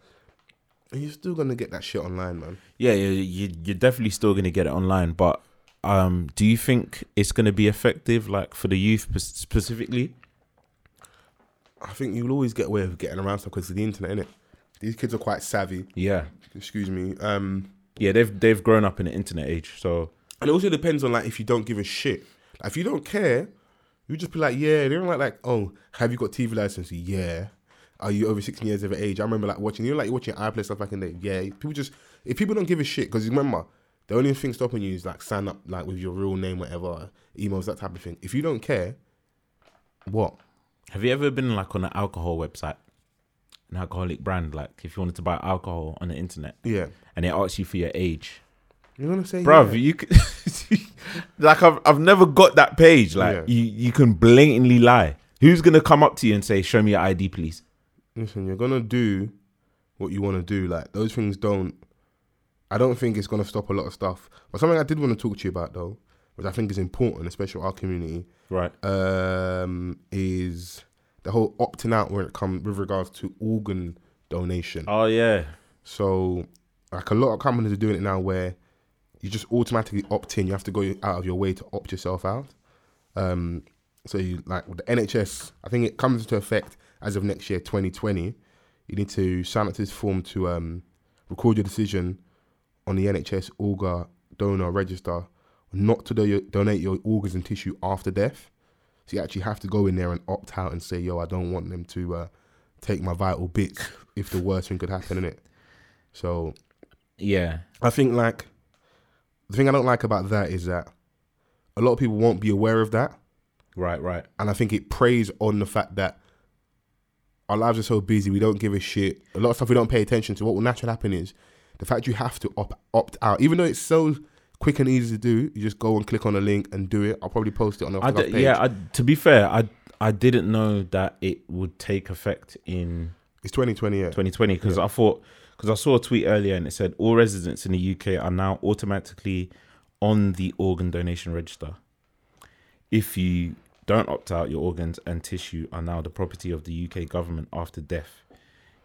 And you're still gonna get that shit online, man.
Yeah, you, you, you're definitely still going to get it online, but um, do you think it's going to be effective, like for the youth p- specifically?
I think you'll always get away with getting around stuff because of the internet, innit? These kids are quite savvy.
Yeah,
Excuse me. Um,
yeah, they've they've grown up in the internet age, so
and it also depends on like if you don't give a shit. Like, if you don't care, you just be like, yeah. They don't like like, oh, have you got TV license? Yeah. Are you over 16 years of age? I remember like watching, you know, like watching iPlay stuff back in the day. Yeah. People just, if people don't give a shit, because remember, the only thing stopping you is like sign up like with your real name, whatever, emails, that type of thing. If you don't care, what?
Have you ever been like on an alcohol website, an alcoholic brand? Like if you wanted to buy alcohol on the internet,
Yeah.
and they ask you for your age,
You know what I'm saying?
bruv,
Yeah.
you c- like I've I've never got that page. Like
Yeah.
you you can blatantly lie. Who's gonna come up to you and say, "Show me your ID, please"?
Listen, you're gonna do what you want to do. Like those things don't. I don't think it's gonna stop a lot of stuff. But something I did want to talk to you about though, which I think is important, especially our community,
Right.
um, is the whole opting out when it comes with regards to organ donation.
Oh yeah.
So, like a lot of companies are doing it now, where you just automatically opt in. You have to go out of your way to opt yourself out. Um, so you like with the NHS. I think it comes into effect as of next year, 2020. You need to sign up to this form to um, record your decision on the NHS Auger Donor Register not to do- donate your organs and tissue after death. So you actually have to go in there and opt out and say, "Yo, I don't want them to uh, take my vital bits if the worst thing could happen in it." So
Yeah.
I think like the thing I don't like about that is that a lot of people won't be aware of that,
Right. Right.
and I think it preys on the fact that our lives are so busy we don't give a shit. A lot of stuff we don't pay attention to. What will naturally happen is the fact you have to opt opt out, even though it's so quick and easy to do. You just go and click on a link and do it. I'll probably post it on the
I
page.
d- yeah. I, to be fair, I I didn't know that it would take effect in
it's 2020. Yeah.
2020 because I thought because I saw a tweet earlier and it said all residents in the UK are now automatically on the organ donation register. If you don't opt out, your organs and tissue are now the property of the UK government after death.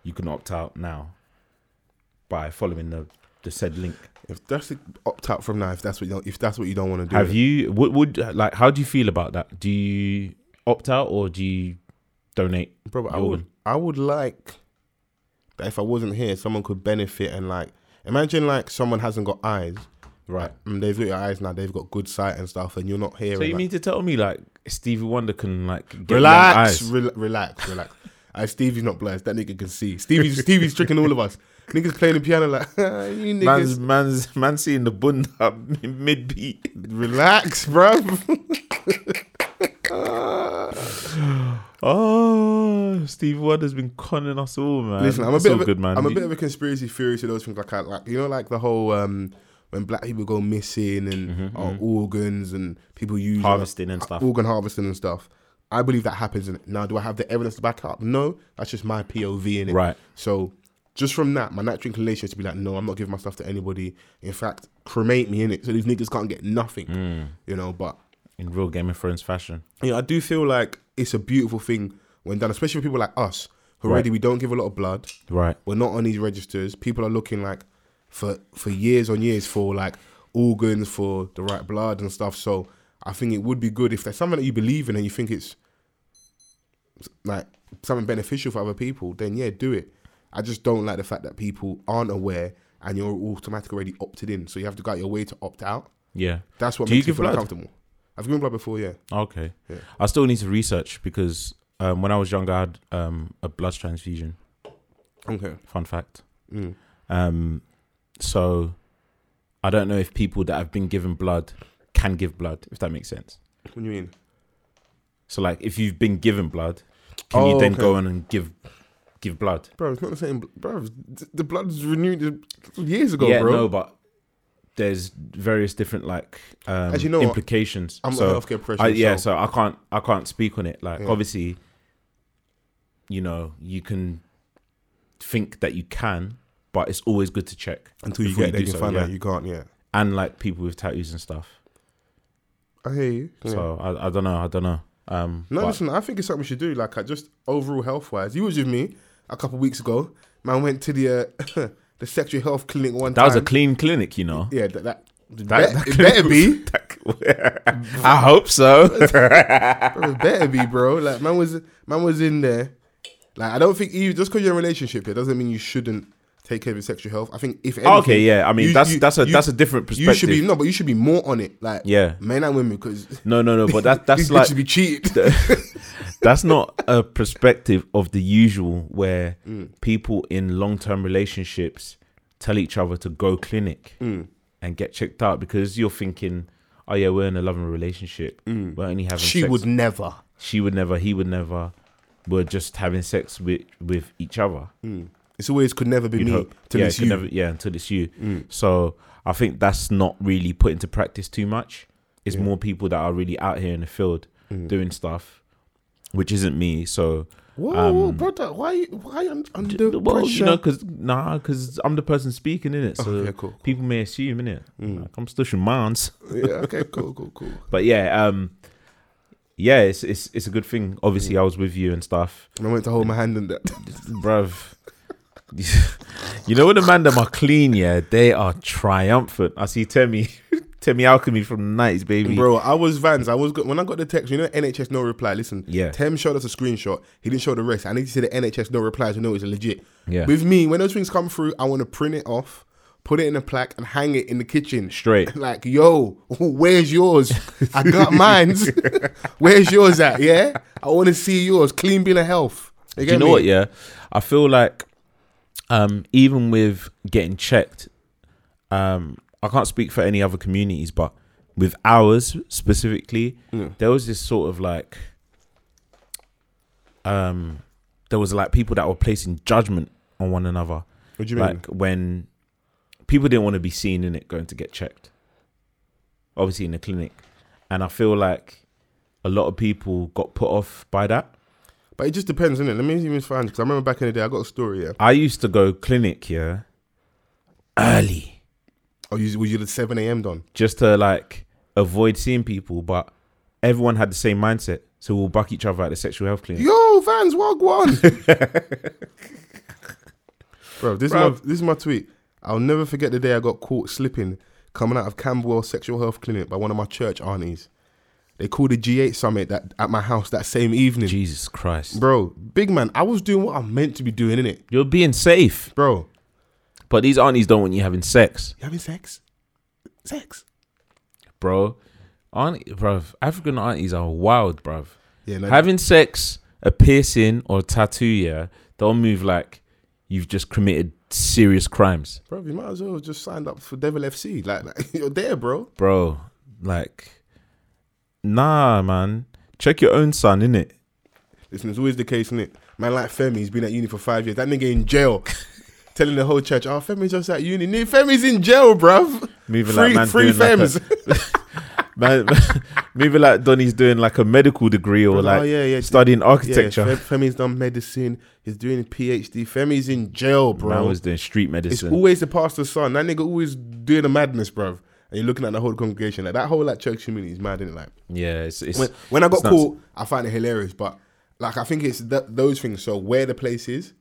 You can opt out now by following the, the said link.
If that's the opt out from now, if that's what you don't, if that's what you don't want to do,
Have you would would like how do you feel about that? Do you opt out or do you donate?
Bro, but I
your
would,
organ?
I would like that if I wasn't here, someone could benefit and like imagine like someone hasn't got eyes,
right.
and they've got your eyes now, they've got good sight and stuff, and you're not here.
So
and,
you
like-
mean to tell me like Stevie Wonder can like get young
relax,
eyes?
rel- relax, relax. I Stevie's not blessed. That nigga can see. Stevie's Stevie's tricking all of us. Niggas playing the piano like "Ah, you niggas.
Man's man's man seeing the bunda mid beat.
Relax, bruv.
Oh, Ah. Steve Ward has been conning us all, man.
Listen, I'm a
It's
bit
all
of a,
good, man.
I'm a
You-
bit of a conspiracy theory to those things. Like, I, like you know, like the whole um, when black people go missing and our organs and people use
Mm-hmm, Harvesting and stuff.
organ harvesting and stuff. I believe that happens. And now, do I have the evidence to back up? No, that's just my POV in it.
Right.
So, Just from that, my natural inclination is to be like, no, I'm not giving my stuff to anybody. In fact, cremate me in it so these niggas can't get nothing.
Mm.
You know, but
in real Game of Thrones fashion.
you know, I do feel like it's a beautiful thing when done, especially for people like us who already
Right.
we don't give a lot of blood.
Right.
We're not on these registers. People are looking like for for years on years for like organs for the right blood and stuff. So I think it would be good if there's something that you believe in and you think it's like something beneficial for other people, then yeah, do it. I just don't like the fact that people aren't aware and you're automatically already opted in. So you have to go out your way to opt out.
Yeah.
That's what
Do you
makes me
give
feel
blood?
uncomfortable. I've given blood before, yeah.
Okay.
Yeah.
I still need to research because um, when I was younger, I had um, a blood transfusion.
Okay.
Fun fact.
Mm.
Um, so I don't know if people that have been given blood can give blood, if that makes sense.
What do you mean?
So like, if you've been given blood, can
Oh,
you then
okay.
go on and give give blood?
Bro, it's not the same. Bro, the blood's renewed years ago,
yeah,
bro.
no, but there's various different like um,
Actually, you know what?
implications.
I'm
so
a healthcare
I,
professional.
yeah, so I can't I can't speak on it. Like
Yeah.
obviously, you know, you can think that you can, but it's always good to check
until you
before
get there,
do
you
so,
find
yeah.
out you can't. Yeah,
and like people with tattoos and stuff.
I hear you. Yeah.
So I, I don't know. I don't know. Um,
no,
but-
listen, I think it's something we should do. Like, I just overall health wise, you was with me a couple weeks ago. Man went to the uh, the sexual health clinic one
that
time.
was a clean clinic, you know.
Yeah, that, that,
That-
it better be.
I hope so.
Bro, it better be, bro. Like man was man was in there. Like I don't think you just because you're in a relationship here doesn't mean you shouldn't take care of your sexual health. I think if anything,
Okay, yeah, I mean, that's- that's a- that's a different
You should be
perspective.
no, but you should be more on it. Like
Yeah.
men and women because
No, no, no. But that that's
these
like
bitches be cheated.
that's not a perspective of the usual where
Mm.
people in long-term relationships tell each other to go clinic
Mm.
and get checked out because you're thinking oh yeah we're in a loving relationship we're only having
Mm. she
sex.
would never.
she would never he would never we're just having sex with with each other
It's always could never be
you'd
me
hope
till
yeah,
it's
it could
you. Mm.
never- yeah until it's you so i think that's not really put into practice too much it's more people that are really out here in the field
Mm.
doing stuff which isn't me so
Whoa,
um,
brother, why you why you un- under
well,
pressure?
you know, because nah, because I'm the person speaking in it, so
Okay, cool. Mm.
people may assume in it. Like, I'm still from Mars,
yeah, okay, cool, cool, cool.
but yeah, um, yeah, it's it's it's a good thing. Obviously,
Mm.
I was with you and stuff,
And I went to hold my hand in that.
bruv. you know when the man them are clean, yeah, they are triumphant. I see Temi, Temi Alchemy from the '90s, baby.
Bro, I was Vans. I was go- when I got the text. You know, NHS no reply. Listen,
Yeah.
Tem showed us a screenshot. He didn't show the rest. I need to see the NHS no replies. You know, it's legit.
Yeah.
With me, when those things come through, I want to print it off, put it in a plaque, and hang it in the kitchen.
Straight.
Like, yo, where's yours? I got mines. where's yours at? Yeah. I want to see yours. Clean bill of health. You,
Do you know what? Yeah, I feel like um, even with getting checked, um, I can't speak for any other communities, but with ours specifically, there was this sort of like, um, there was like people that were placing judgment on one another.
What do you mean?
like when people didn't want to be seen in it going to get checked, obviously in the clinic, and I feel like a lot of people got put off by that.
But it just depends, innit? Let me even find because I remember back in the day, I got a story. Yeah.
I used to go clinic, yeah, early
Oh, you was you the seven a.m. done?
just to like avoid seeing people, but everyone had the same mindset. So we'll buck each other at the sexual health clinic.
Yo, Vans, what one? Bro, this
Bro.
is my this is my tweet. I'll never forget the day I got caught slipping coming out of Camberwell Sexual Health Clinic by one of my church aunties. They called a G8 summit that at my house that same evening.
Jesus Christ.
Bro, big man, I was doing what I'm meant to be doing, innit?
You're being safe.
Bro,
But these aunties don't want you having sex,
you having sex? Sex?
bro. Aunt, bruv, African aunties are wild, bruv.
Yeah, no,
having sex, a piercing, or a tattoo, yeah, they'll move like you've just committed serious crimes.
bro, you might as well just signed up for Devil FC. Like, like you're there, bro.
bro, like, nah, man. Check your own son, innit?
Listen, it's always the case, innit? Man like Femi, he's been at uni for five years. That nigga in jail. Telling the whole church, oh, Femi's just at uni. Nigga, Femi's in jail, bruv.
Moving
free,
like man
free
doing like
Fems.
Man, Maybe like Donny's doing like a medical degree or
Brother,
like
oh, yeah, yeah.
studying
Yeah,
architecture.
Fe- Femi's done medicine. He's doing a PhD. Femi's in jail,
Man
bro.
was doing street
it's
medicine.
always the pastor's son. That nigga always doing the madness, bro. And you're looking at the whole congregation. Like that whole like church community is mad, isn't it? Like
yeah, it's, it's
when, when I
it's
got
nuts.
caught, I find it hilarious. But like, I think it's th- those things. So where the place is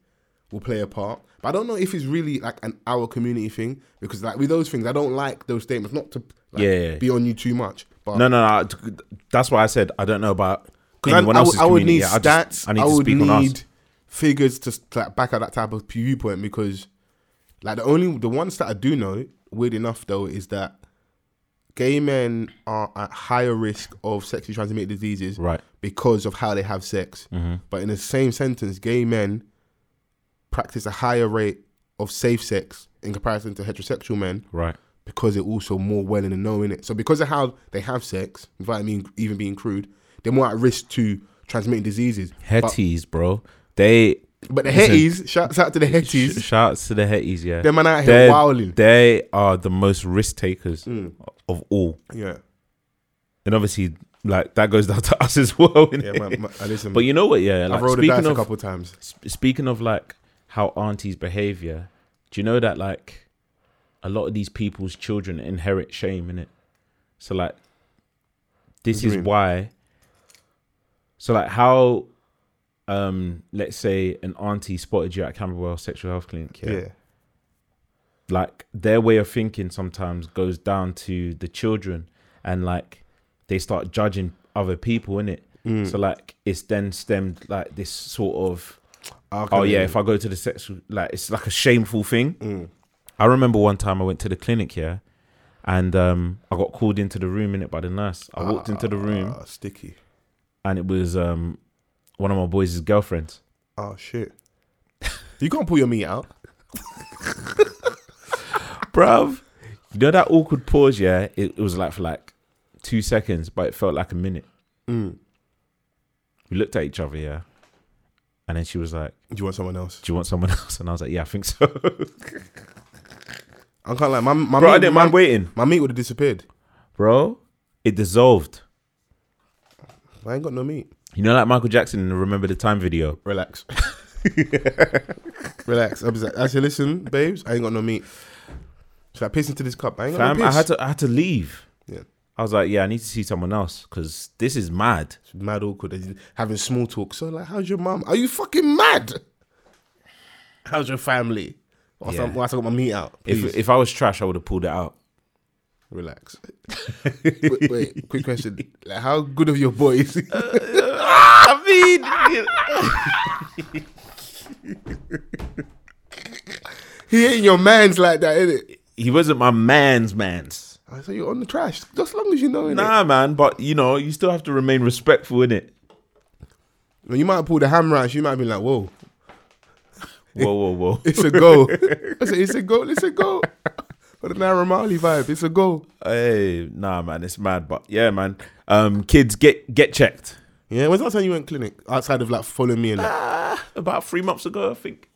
will play a part. But I don't know if it's really like an our community thing because like with those things, I don't like those statements. Not to like,
Yeah, yeah.
be on you too much. But
No, no, no. I- That's why I said I don't know about
'cause I,
anyone
I,
else's
would- I would
community.
need
Yeah, I,
stats.
just, I
I,
need to
would
speak
need
on us.
figures to like back up that type of viewpoint because like the only the ones that I do know, weird enough though, is that. Gay men are at higher risk of sexually transmitted diseases
Right. Mm-hmm.
because of how they have sex. But in the same sentence, gay men practice a higher rate of safe sex in comparison to heterosexual men
Right.
because they're also more well in the know in it. So because of how they have sex, without me even being crude, they're more at risk to transmitting diseases. But,
Hetties, bro. They
but the
Listen.
hetties, shouts out to the
sh-
hetties.
shouts to the hetties. Yeah.
Them man out here
They're-
wilding. Mm.
They are the most risk takers of all.
yeah,
and obviously like that goes down to us as well.
yeah.
innit?
Man, man, I listen,
but you know what? Yeah, like,
I've rolled the dice
speaking
a
of
couple times.
sp- speaking of like how aunties' behavior, do you know that like a lot of these people's children inherit shame in it? So like, this
do you
is
mean?
why. So like how. Um, let's say an auntie spotted you at Camberwell Sexual Health Clinic.
Yeah.
yeah like their way of thinking sometimes goes down to the children and like they start judging other people in it so like it's then stemmed like this sort of
Okay.
oh yeah if i go to the sexual like it's like a shameful thing i remember one time i went to the clinic here and um i got called into the room in it by the nurse i walked into the room
Ah, sticky.
and it was um one of my boys' girlfriends
Oh shit. you can't pull your meat out.
bruv. You know that awkward pause, yeah? It, it was like for like two seconds, but it felt like a minute. Mm. We looked at each other, yeah. And then she was like,
Do you want someone else?
Do you want someone else? And I was like, Yeah, I think so.
I can't like my my
Bro, I
meat-
didn't
my-
mind waiting.
My meat would have disappeared.
Bro, it dissolved.
I ain't got no meat.
You know, like Michael Jackson in the Remember the Time video.
Relax. Relax. I, was like, I said, listen, babes, I ain't got no meat. Should I piss into this cup? I ain't got
Fam,
no
I
piss.
had to I had to leave.
Yeah.
I was like, Yeah, I need to see someone else because this is mad.
It's mad awkward. It's Having small talk. So like, how's your mum? Are you fucking mad? How's your family? Whilst,
Yeah.
I'm, whilst I got my meat out. Please.
If if I was trash, I would have pulled it out.
Relax. wait, wait, quick question. Like, how good of your boys?
Uh, I mean
he ain't your man's like that, innit?
he wasn't my man's man's.
I said, you're on the trash. Just as long as you know, innit?
Nah, man, but you know, you still have to remain respectful in it.
When you might pull the hammer out, you might be like, whoa,
Whoa, whoa, whoa.
it's a goal. I said, it's a goal, it's a goal. But an Aramali vibe, it's a goal.
hey, nah, man, it's mad, but yeah, man. Um, kids, get get checked.
Yeah, when's the last time you went clinic? Outside of like following me and like,
About three months ago, I think.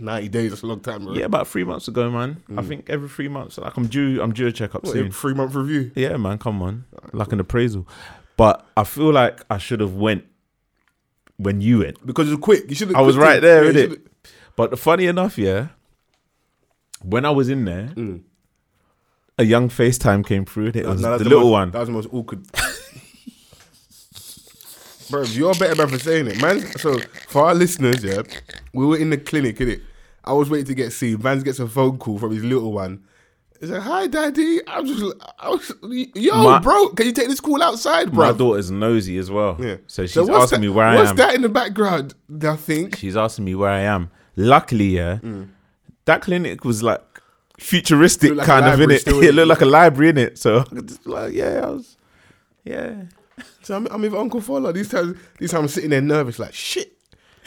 90 days, that's a long time, bro.
Yeah, about three months ago, man. I think every three months, like I'm due, I'm due a checkup
What,
soon.
a three month review.
Yeah, man, come on, like an appraisal. But I feel like I should have went when you went.
Because it's quick. You should
I was right there,
yeah, you
innit?
should've-
But funny enough, yeah, when I was in there, a young FaceTime came through. And it was
No, that's
the little
most-
one.
That was the most awkward. bro, you're better man for saying it, man. So for our listeners, yeah, we were in the clinic, innit? I was waiting to get seen. Vans gets a phone call from his little one. He's like, "Hi, daddy." I'm just, like- I was, yo,
My-
bro, can you take this call outside,
My
bro?
daughter's nosy as well.
Yeah.
So she's
what's
asking
that-
me where I
What's
am.
that in the background? Nothing.
She's asking me where I am. Luckily, yeah, that clinic was like futuristic
Looked Mm. like a
kind of in
library
it.
still,
it
innit?
looked like a library in it. So just like, yeah, I was, yeah.
So I'm, I'm with Uncle Fowler. These times, these times I'm sitting there nervous, like shit.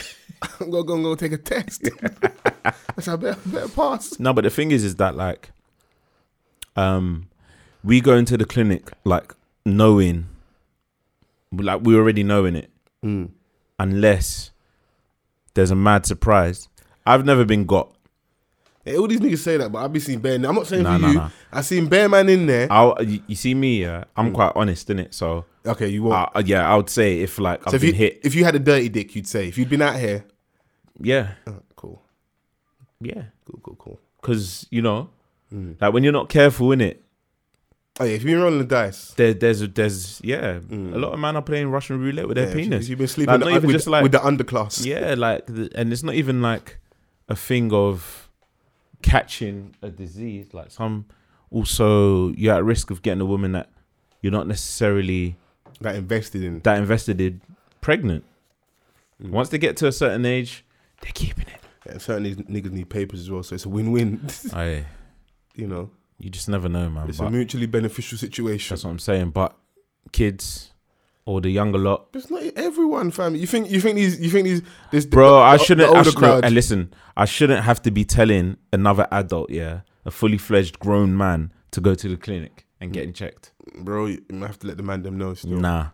I'm gonna go and go take a test. I said, I better, I better pass.
No, but the thing is, is that like, um, we go into the clinic like knowing, like we already knowing it,
Mm.
unless there's a mad surprise. I've never been got.
Yeah, all these niggas say that, but I've been seeing Bear. I'm not saying
Nah,
for
nah,
you.
nah.
I seen Bear Man in there.
I'll, you, you see me, yeah,
Mm.
I'm quite honest in it. So,
okay, you won't.
uh, yeah, I would say if like
so
I've
if you
been hit,
if you had a dirty dick, you'd say if you'd been out here.
yeah,
Oh, cool,
yeah,
cool, cool, cool.
because you know,
Mm.
like when you're not careful in it,
Oh yeah, if you've been rolling the dice.
there, there's there's yeah, a lot of men are playing Russian roulette with their
Mm. Yeah, if you-
penis.
If you've been
Like,
sleeping
not
with,
even
with,
just like
with the underclass.
yeah, like the, and it's not even like a thing of catching a disease. Like some also you're at risk of getting a woman that you're not necessarily
That invested in.
that invested in pregnant.
Mm.
Once they get to a certain age, they're keeping it.
Yeah, certain these niggas need papers as well, so it's a win-win.
Aye,
you know,
you just never know, man.
it's
but
a mutually beneficial situation.
that's what I'm saying. But kids or the younger lot,
It's not everyone, fam. You think you think these you think these this
bro. I
the
shouldn't. I
older
shouldn't
crowd.
And listen, I shouldn't have to be telling another adult, yeah, a fully fledged grown man, to go to the clinic and getting checked.
bro. You you have to let the man them know. Still.
Nah.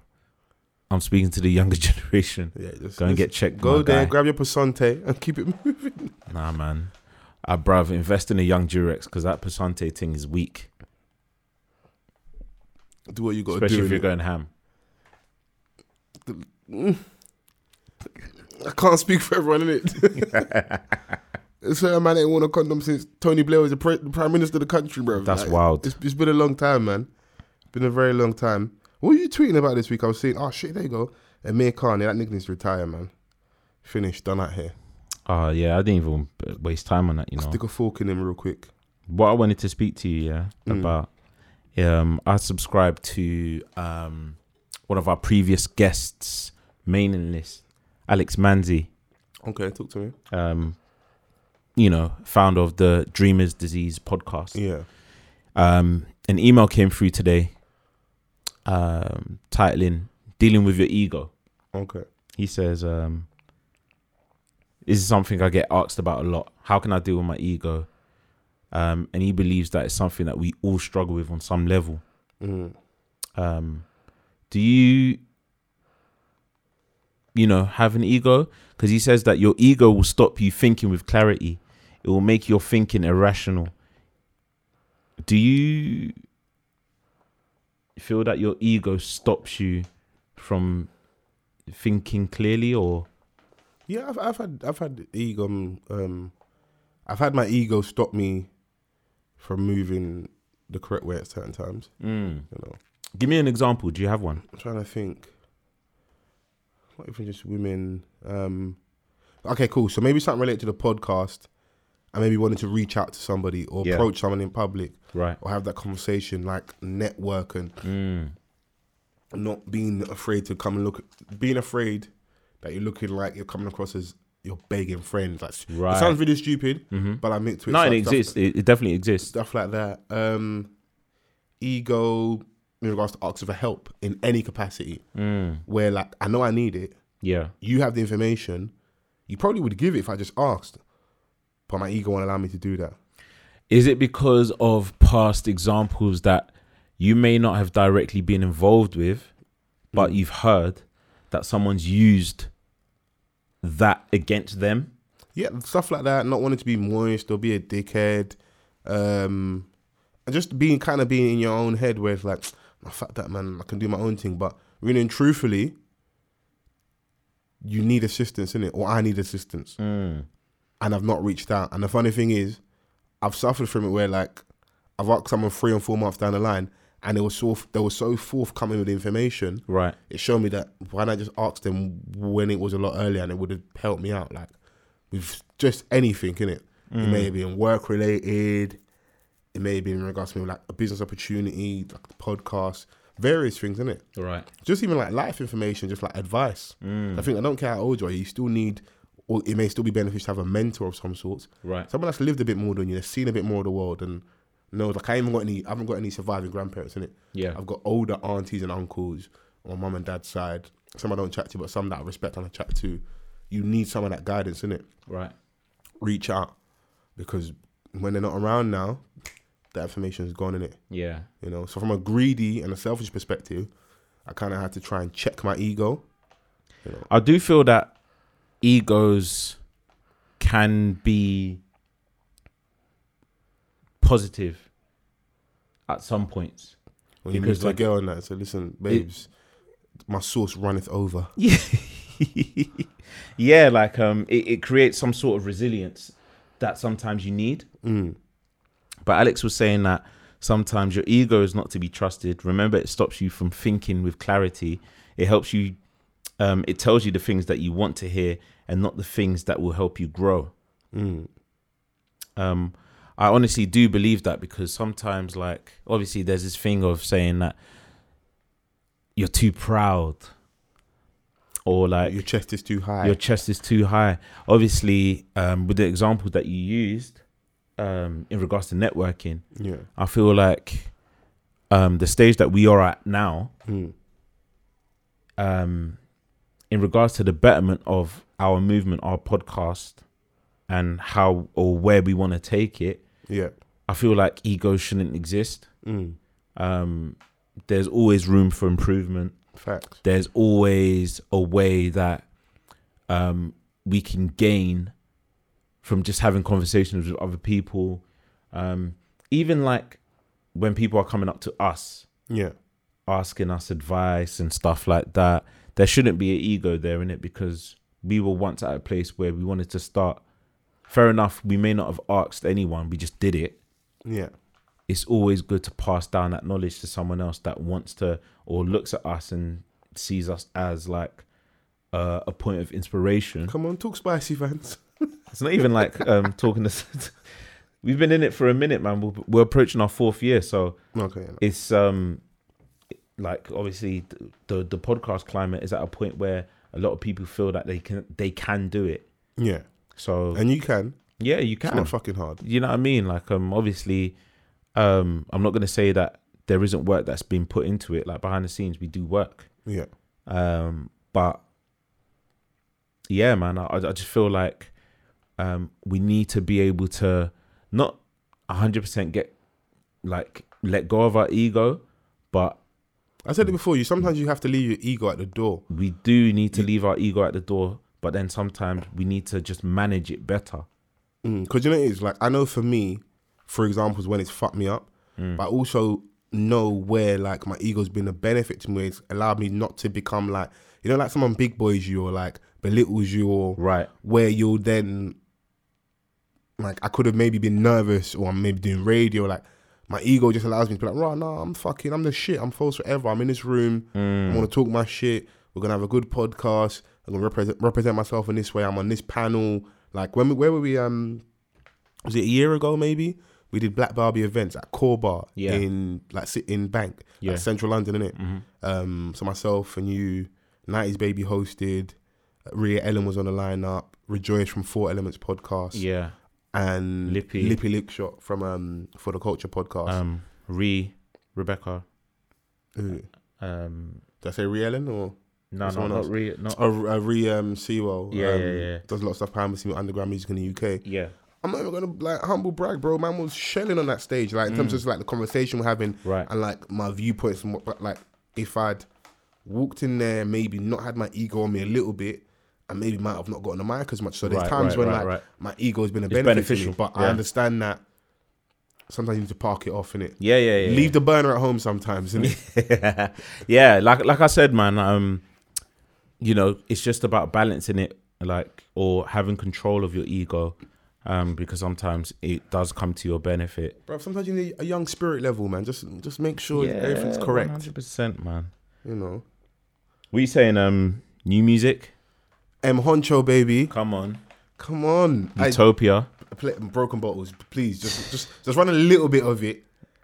I'm speaking to the younger generation.
Yeah, just,
Go and
just
get checked,
Go
my
there,
guy.
grab your passante, and keep it moving.
Nah, man. I bruv, invest in a young Durex because that Passante thing is weak.
Do what you got to
Especially
do.
if you're
innit?
going ham.
I can't speak for everyone in it. Certain man ain't worn a condom since Tony Blair was the, pre- the prime minister of the country, bro.
That's wild.
It's, it's been a long time, man. Been a very long time. What were you tweeting about this week? I was saying, oh shit, there you go. Amir Khan, yeah, that nigga needs to retire, man. Finished, done out here.
Oh, yeah. I didn't even uh, waste time on that, you know.
Stick a fork in him real quick.
what I wanted to speak to you, yeah, about um I subscribed to um one of our previous guests mailing list, Alex Manzi,
Okay, talk to me.
um, you know, founder of the Dreamers Disease podcast.
Yeah.
um, an email came through today um, titling dealing with your ego
Okay.
he says um, this is something i get asked about a lot how can i deal with my ego um, and he believes that it's something that we all struggle with on some level
Mm.
um, do you you know have an ego because he says that your ego will stop you thinking with clarity it will make your thinking irrational do you feel that your ego stops you from thinking clearly or
Yeah, I've, I've had I've had ego. um, Um, I've had my ego stop me from moving the correct way at certain times. You know,
give me an example do you have one
I'm trying to think. Not even just women. Um, okay, cool. So maybe something related to the podcast. I maybe wanted to reach out to somebody or
Yeah.
approach someone in public
right
or have that conversation, like network and
Mm.
not being afraid to come and look. Being afraid that you're looking like you're coming across as you're begging friends. Like,
Right. Mm-hmm.
It sounds really stupid, but I'm into it.
no
So
it
stuff-
exists it, it definitely exists
Stuff like that. Um, ego in regards to asking for help in any capacity,
Mm.
where like I know I need it.
yeah
You have the information. You probably would give it if I just asked, but my ego won't allow me to do that.
Is it because of past examples that you may not have directly been involved with, but you've heard that someone's used that against them?
yeah, stuff like that. Not wanting to be moist or be a dickhead, um, and just being kind of being in your own head where it's like, "Nah, fuck that man, I can do my own thing. But really and truthfully, you need assistance in it, or I need assistance, and I've not reached out. And the funny thing is, I've suffered from it where like I've asked someone three and four months down the line, and they were so they were so forthcoming with information,
Right.
it showed me that why not just ask them when it was a lot earlier and it would have helped me out like with just anything in it it may have been work related it may have been in regards to like a business opportunity like the podcast various things in it
Right.
just even like life information just like advice
Mm.
i think i don't care how old you are you still need or it may still be beneficial to have a mentor of some sorts
Right.
someone that's lived a bit more than you that's seen a bit more of the world and knows like i haven't got any i haven't got any surviving grandparents in it
Yeah.
I've got older aunties and uncles on my mum and dad's side. Some I don't chat to, but some that I respect and I chat to. You need some of that guidance, innit?
Right.
Reach out because when they're not around now, that information is gone, innit?
Yeah.
You know. So from a greedy and a selfish perspective, I kind of had to try and check my ego.
I do feel that egos can be positive at some points.
When you
Because,
because to a
like-
girl and that, so listen, babes, my source runneth over.
yeah, like um, it, it creates some sort of resilience that sometimes you need. But Alex was saying that sometimes your ego is not to be trusted. Remember, it stops you from thinking with clarity. It helps you. Um, it tells you the things that you want to hear and not the things that will help you grow. Um, I honestly do believe that because sometimes, like, obviously, there's this thing of saying that you're too proud or like
Your chest is too high.
your chest is too high. Obviously, um, with the example that you used um, in regards to networking,
yeah.
I feel like um, the stage that we are at now, um, in regards to the betterment of our movement, our podcast, and how or where we want to take it,
Yeah.
I feel like ego shouldn't exist. Um, there's always room for improvement
Fact.
there's always a way that um, we can gain from just having conversations with other people. Um, even like when people are coming up to us,
Yeah.
asking us advice and stuff like that, there shouldn't be an ego there in it because we were once at a place where we wanted to start. Fair enough, we may not have asked anyone, we just did it
Yeah.
it's always good to pass down that knowledge to someone else that wants to or looks at us and sees us as like uh, a point of inspiration.
Come on, talk spicy, fans.
It's not even like um, talking to. We've been in it for a minute, man. We're, we're approaching our fourth year, so
Okay. no.
it's um like obviously th- the the podcast climate is at a point where a lot of people feel that they can they can do it.
Yeah.
So
And you can.
yeah, you
It's
can.
not fucking hard.
you know what I mean? Like, um, obviously, um, I'm not gonna say that there isn't work that's been put into it. Like behind the scenes, we do work.
Yeah.
Um, but yeah, man, I, I just feel like um, we need to be able to not 100% get like let go of our ego, but
I said it before. You sometimes you have to leave your ego at the door.
we do need to leave our ego at the door. But then sometimes we need to just manage it better.
Because Mm, you know it is like I know for me, for example, is when it's fucked me up, but I also know where like my ego's been a benefit to me. It's allowed me not to become like you know like someone big boys you or like belittles you or
Right.
where you'll then like I could have maybe been nervous or I'm maybe doing radio like. My ego just allows me to be like, right, no, I'm fucking, I'm the shit, I'm false forever. I'm in this room,
Hmm.
I want to talk my shit. We're gonna have a good podcast. I'm gonna represent represent myself in this way. I'm on this panel. Like when we, where were we? Um, was it a year ago maybe? We did Black Barbie events at Core Bar
Yeah.
in like sit in Bank,
Yeah. Mm-hmm.
like Central London, innit? Um, so myself and you, Nineties Baby hosted. uh, Rhea Ellen was on the lineup. Rejoice from Four Elements podcast.
Yeah.
and
Lippy.
Lippy Lickshot from um for the Culture podcast.
Um. Re. Rebecca.
Who?
Um.
Did I say Rhea Ellen or?
No,
Or
no,
someone
not
else.
re. Not
Oh, uh, Re um, Sewell.
Yeah,
um,
yeah, yeah.
Does a lot of stuff behind the scenes with underground music in the UK.
Yeah.
I'm not even gonna like humble brag, bro. Man was shelling on that stage, like in terms of like the conversation we're having,
Mm. Right.
And like my viewpoints and what, but like if I'd walked in there, maybe not had my ego on me a little bit, and maybe might have not gotten the mic as much. So there's
Right,
times
right,
when
right,
like
right.
my ego has been a
It's
benefit
beneficial,
to me, but I
yeah.
understand that sometimes you need to park it off in it.
Yeah, yeah, yeah.
Leave the burner at home sometimes, innit?
yeah. yeah, like like I said, man. Um, you know, it's just about balancing it, like or having control of your ego, um, because sometimes it does come to your benefit.
bro. Sometimes you need a young spirit level, man. Just just make sure everything's correct.
Hundred percent, man.
You know,
What you saying? Um, new music.
M Honcho, baby.
Come on,
Come on, I-
Utopia.
pl- broken bottles. Please, just just just run a little bit of it.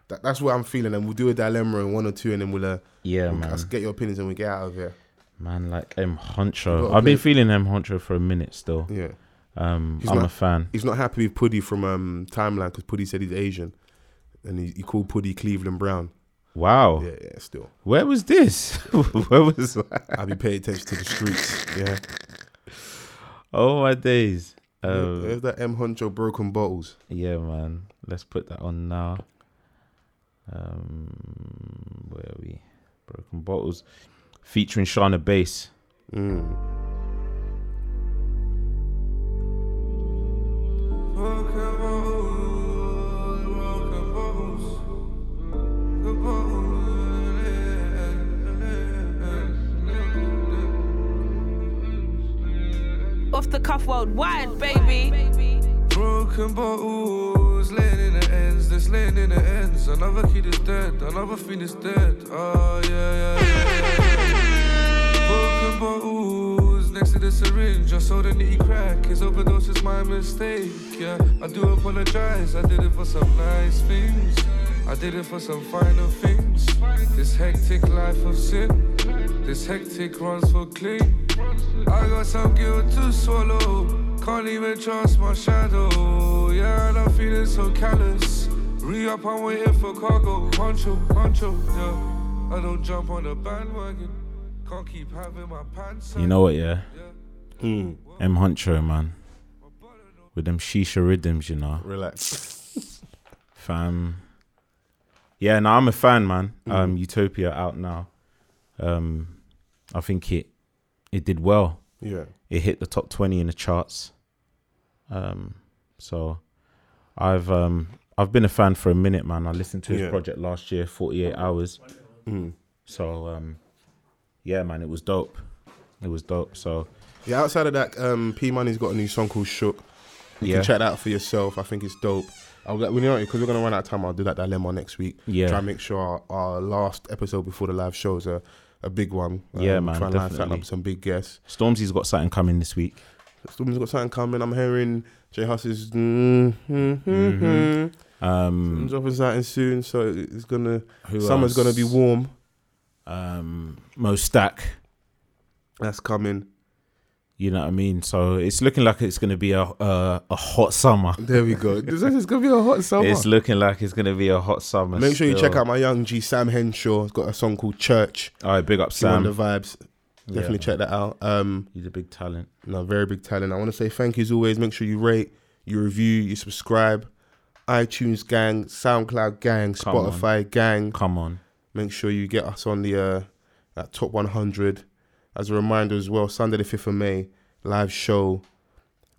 That, that's what I'm feeling, and we'll do a dilemma in one or two, and then we'll uh,
Yeah,
we'll-
man.
us get your opinions and we get out of here.
Man, like M Honcho.
gotta
I've been
play-
feeling M Honcho for a minute still.
Yeah,
Um,
He's
I'm
not-
a fan.
he's not happy with Puddy from um, Timeline because Puddy said he's Asian, and he, he called Puddy Cleveland Brown.
Wow,
Yeah, yeah. Still,
where was this? where was
I be paying attention to the streets. Yeah,
Oh my days.
Where-
Um,
where's that M Honcho broken bottles?
yeah, man. Let's put that on now. Um, where are we? Broken bottles, featuring Shauna Bass.
Welcome home, welcome
the cuff worldwide, baby.
Broken bottles, laying in the ends, that's laying in the ends. Another kid is dead, another fiend is dead. Oh, yeah, yeah, yeah. yeah. Broken bottles, next to the syringe, I sold a nitty crack. His overdose is my mistake, yeah. I do apologize, I did it for some nice things. I did it for some final things. This hectic life of sin, this hectic runs for clean. I got some guilt to swallow. Can't even trust my shadow. Yeah, and I'm feeling so callous. Re up, I'm waiting for cargo. Poncho, poncho, yeah. I don't jump on the bandwagon. Can't keep having my pants.
You know what, yeah? M Huncho, man. With them shisha rhythms, you know.
Relax.
Fam. Yeah, no, I'm a fan, man. Um, Utopia out now. Um, I think it it did well.
Yeah.
It hit the top twenty in the charts. Um, so I've um I've been a fan for a minute, man. I listened to his
Yeah. Mm.
project last year, Forty Eight Hours. So um, yeah, man, it was dope. It was dope. So
Yeah, outside of that, um, P Money's got a new song called Shook. You
Yeah.
can check that out for yourself. I think it's dope. I'll let, we know because we're gonna run out of time. I'll do that dilemma next week.
Yeah.
Try and make sure our, our last episode before the live show is a, a big one. Um,
Yeah, man,
Try and line- line
definitely.
up some big guests.
Stormzy's got something coming this week.
Storm's got something coming. I'm hearing Jay Huss's mm, mm, mm, mm.
Um,
dropping something soon, so it's gonna
Who
summer's
else?
gonna be warm.
um, Mo Stack.
That's coming.
You know what I mean? So it's looking like it's gonna be a a, a hot summer.
There we go. this is gonna be a hot summer.
It's looking like it's gonna be a hot summer.
Make sure you
still.
check out my young G Sam Henshaw. He's got a song called Church.
All right, big up
If you want
Sam.
the vibes, definitely
Yeah.
check that out. Um,
He's a big talent.
no, very big talent. I want to say thank you as always. Make sure you rate, you review, you subscribe. iTunes gang, SoundCloud gang,
Come on.
Spotify gang.
Come on.
Make sure you get us on the uh, that top 100. As a reminder as well, Sunday the 5th of May, live show.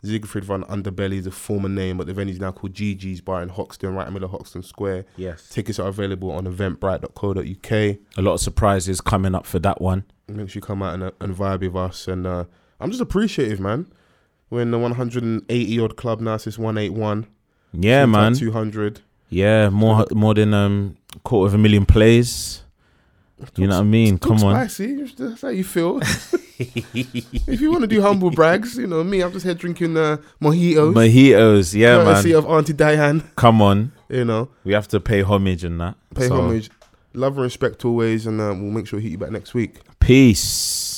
Siegfried von Underbelly is a former name, but the venue's now called GG's Bar in Hoxton, right in the middle of Hoxton Square.
Yes.
Tickets are available on eventbrite.co.uk.
A lot of surprises coming up for that one.
make sure you come out and, and vibe with us. And uh, I'm just appreciative, man. We're in the 180 odd club now since 181.
Yeah,
Since, like,
man.
200.
Yeah, more more than um quarter of a million plays. You know what I mean? Come
Talk
on.
Spicy. Just- That's how you feel. if you want to do humble brags, you know me. I'm just here drinking uh, mojitos.
Mojitos, yeah,
courtesy
man.
of Auntie Diane.
Come on.
You know,
We have to pay homage and that.
pay
So,
homage. Love and respect always. And uh, we'll make sure we hit you back next week.
Peace.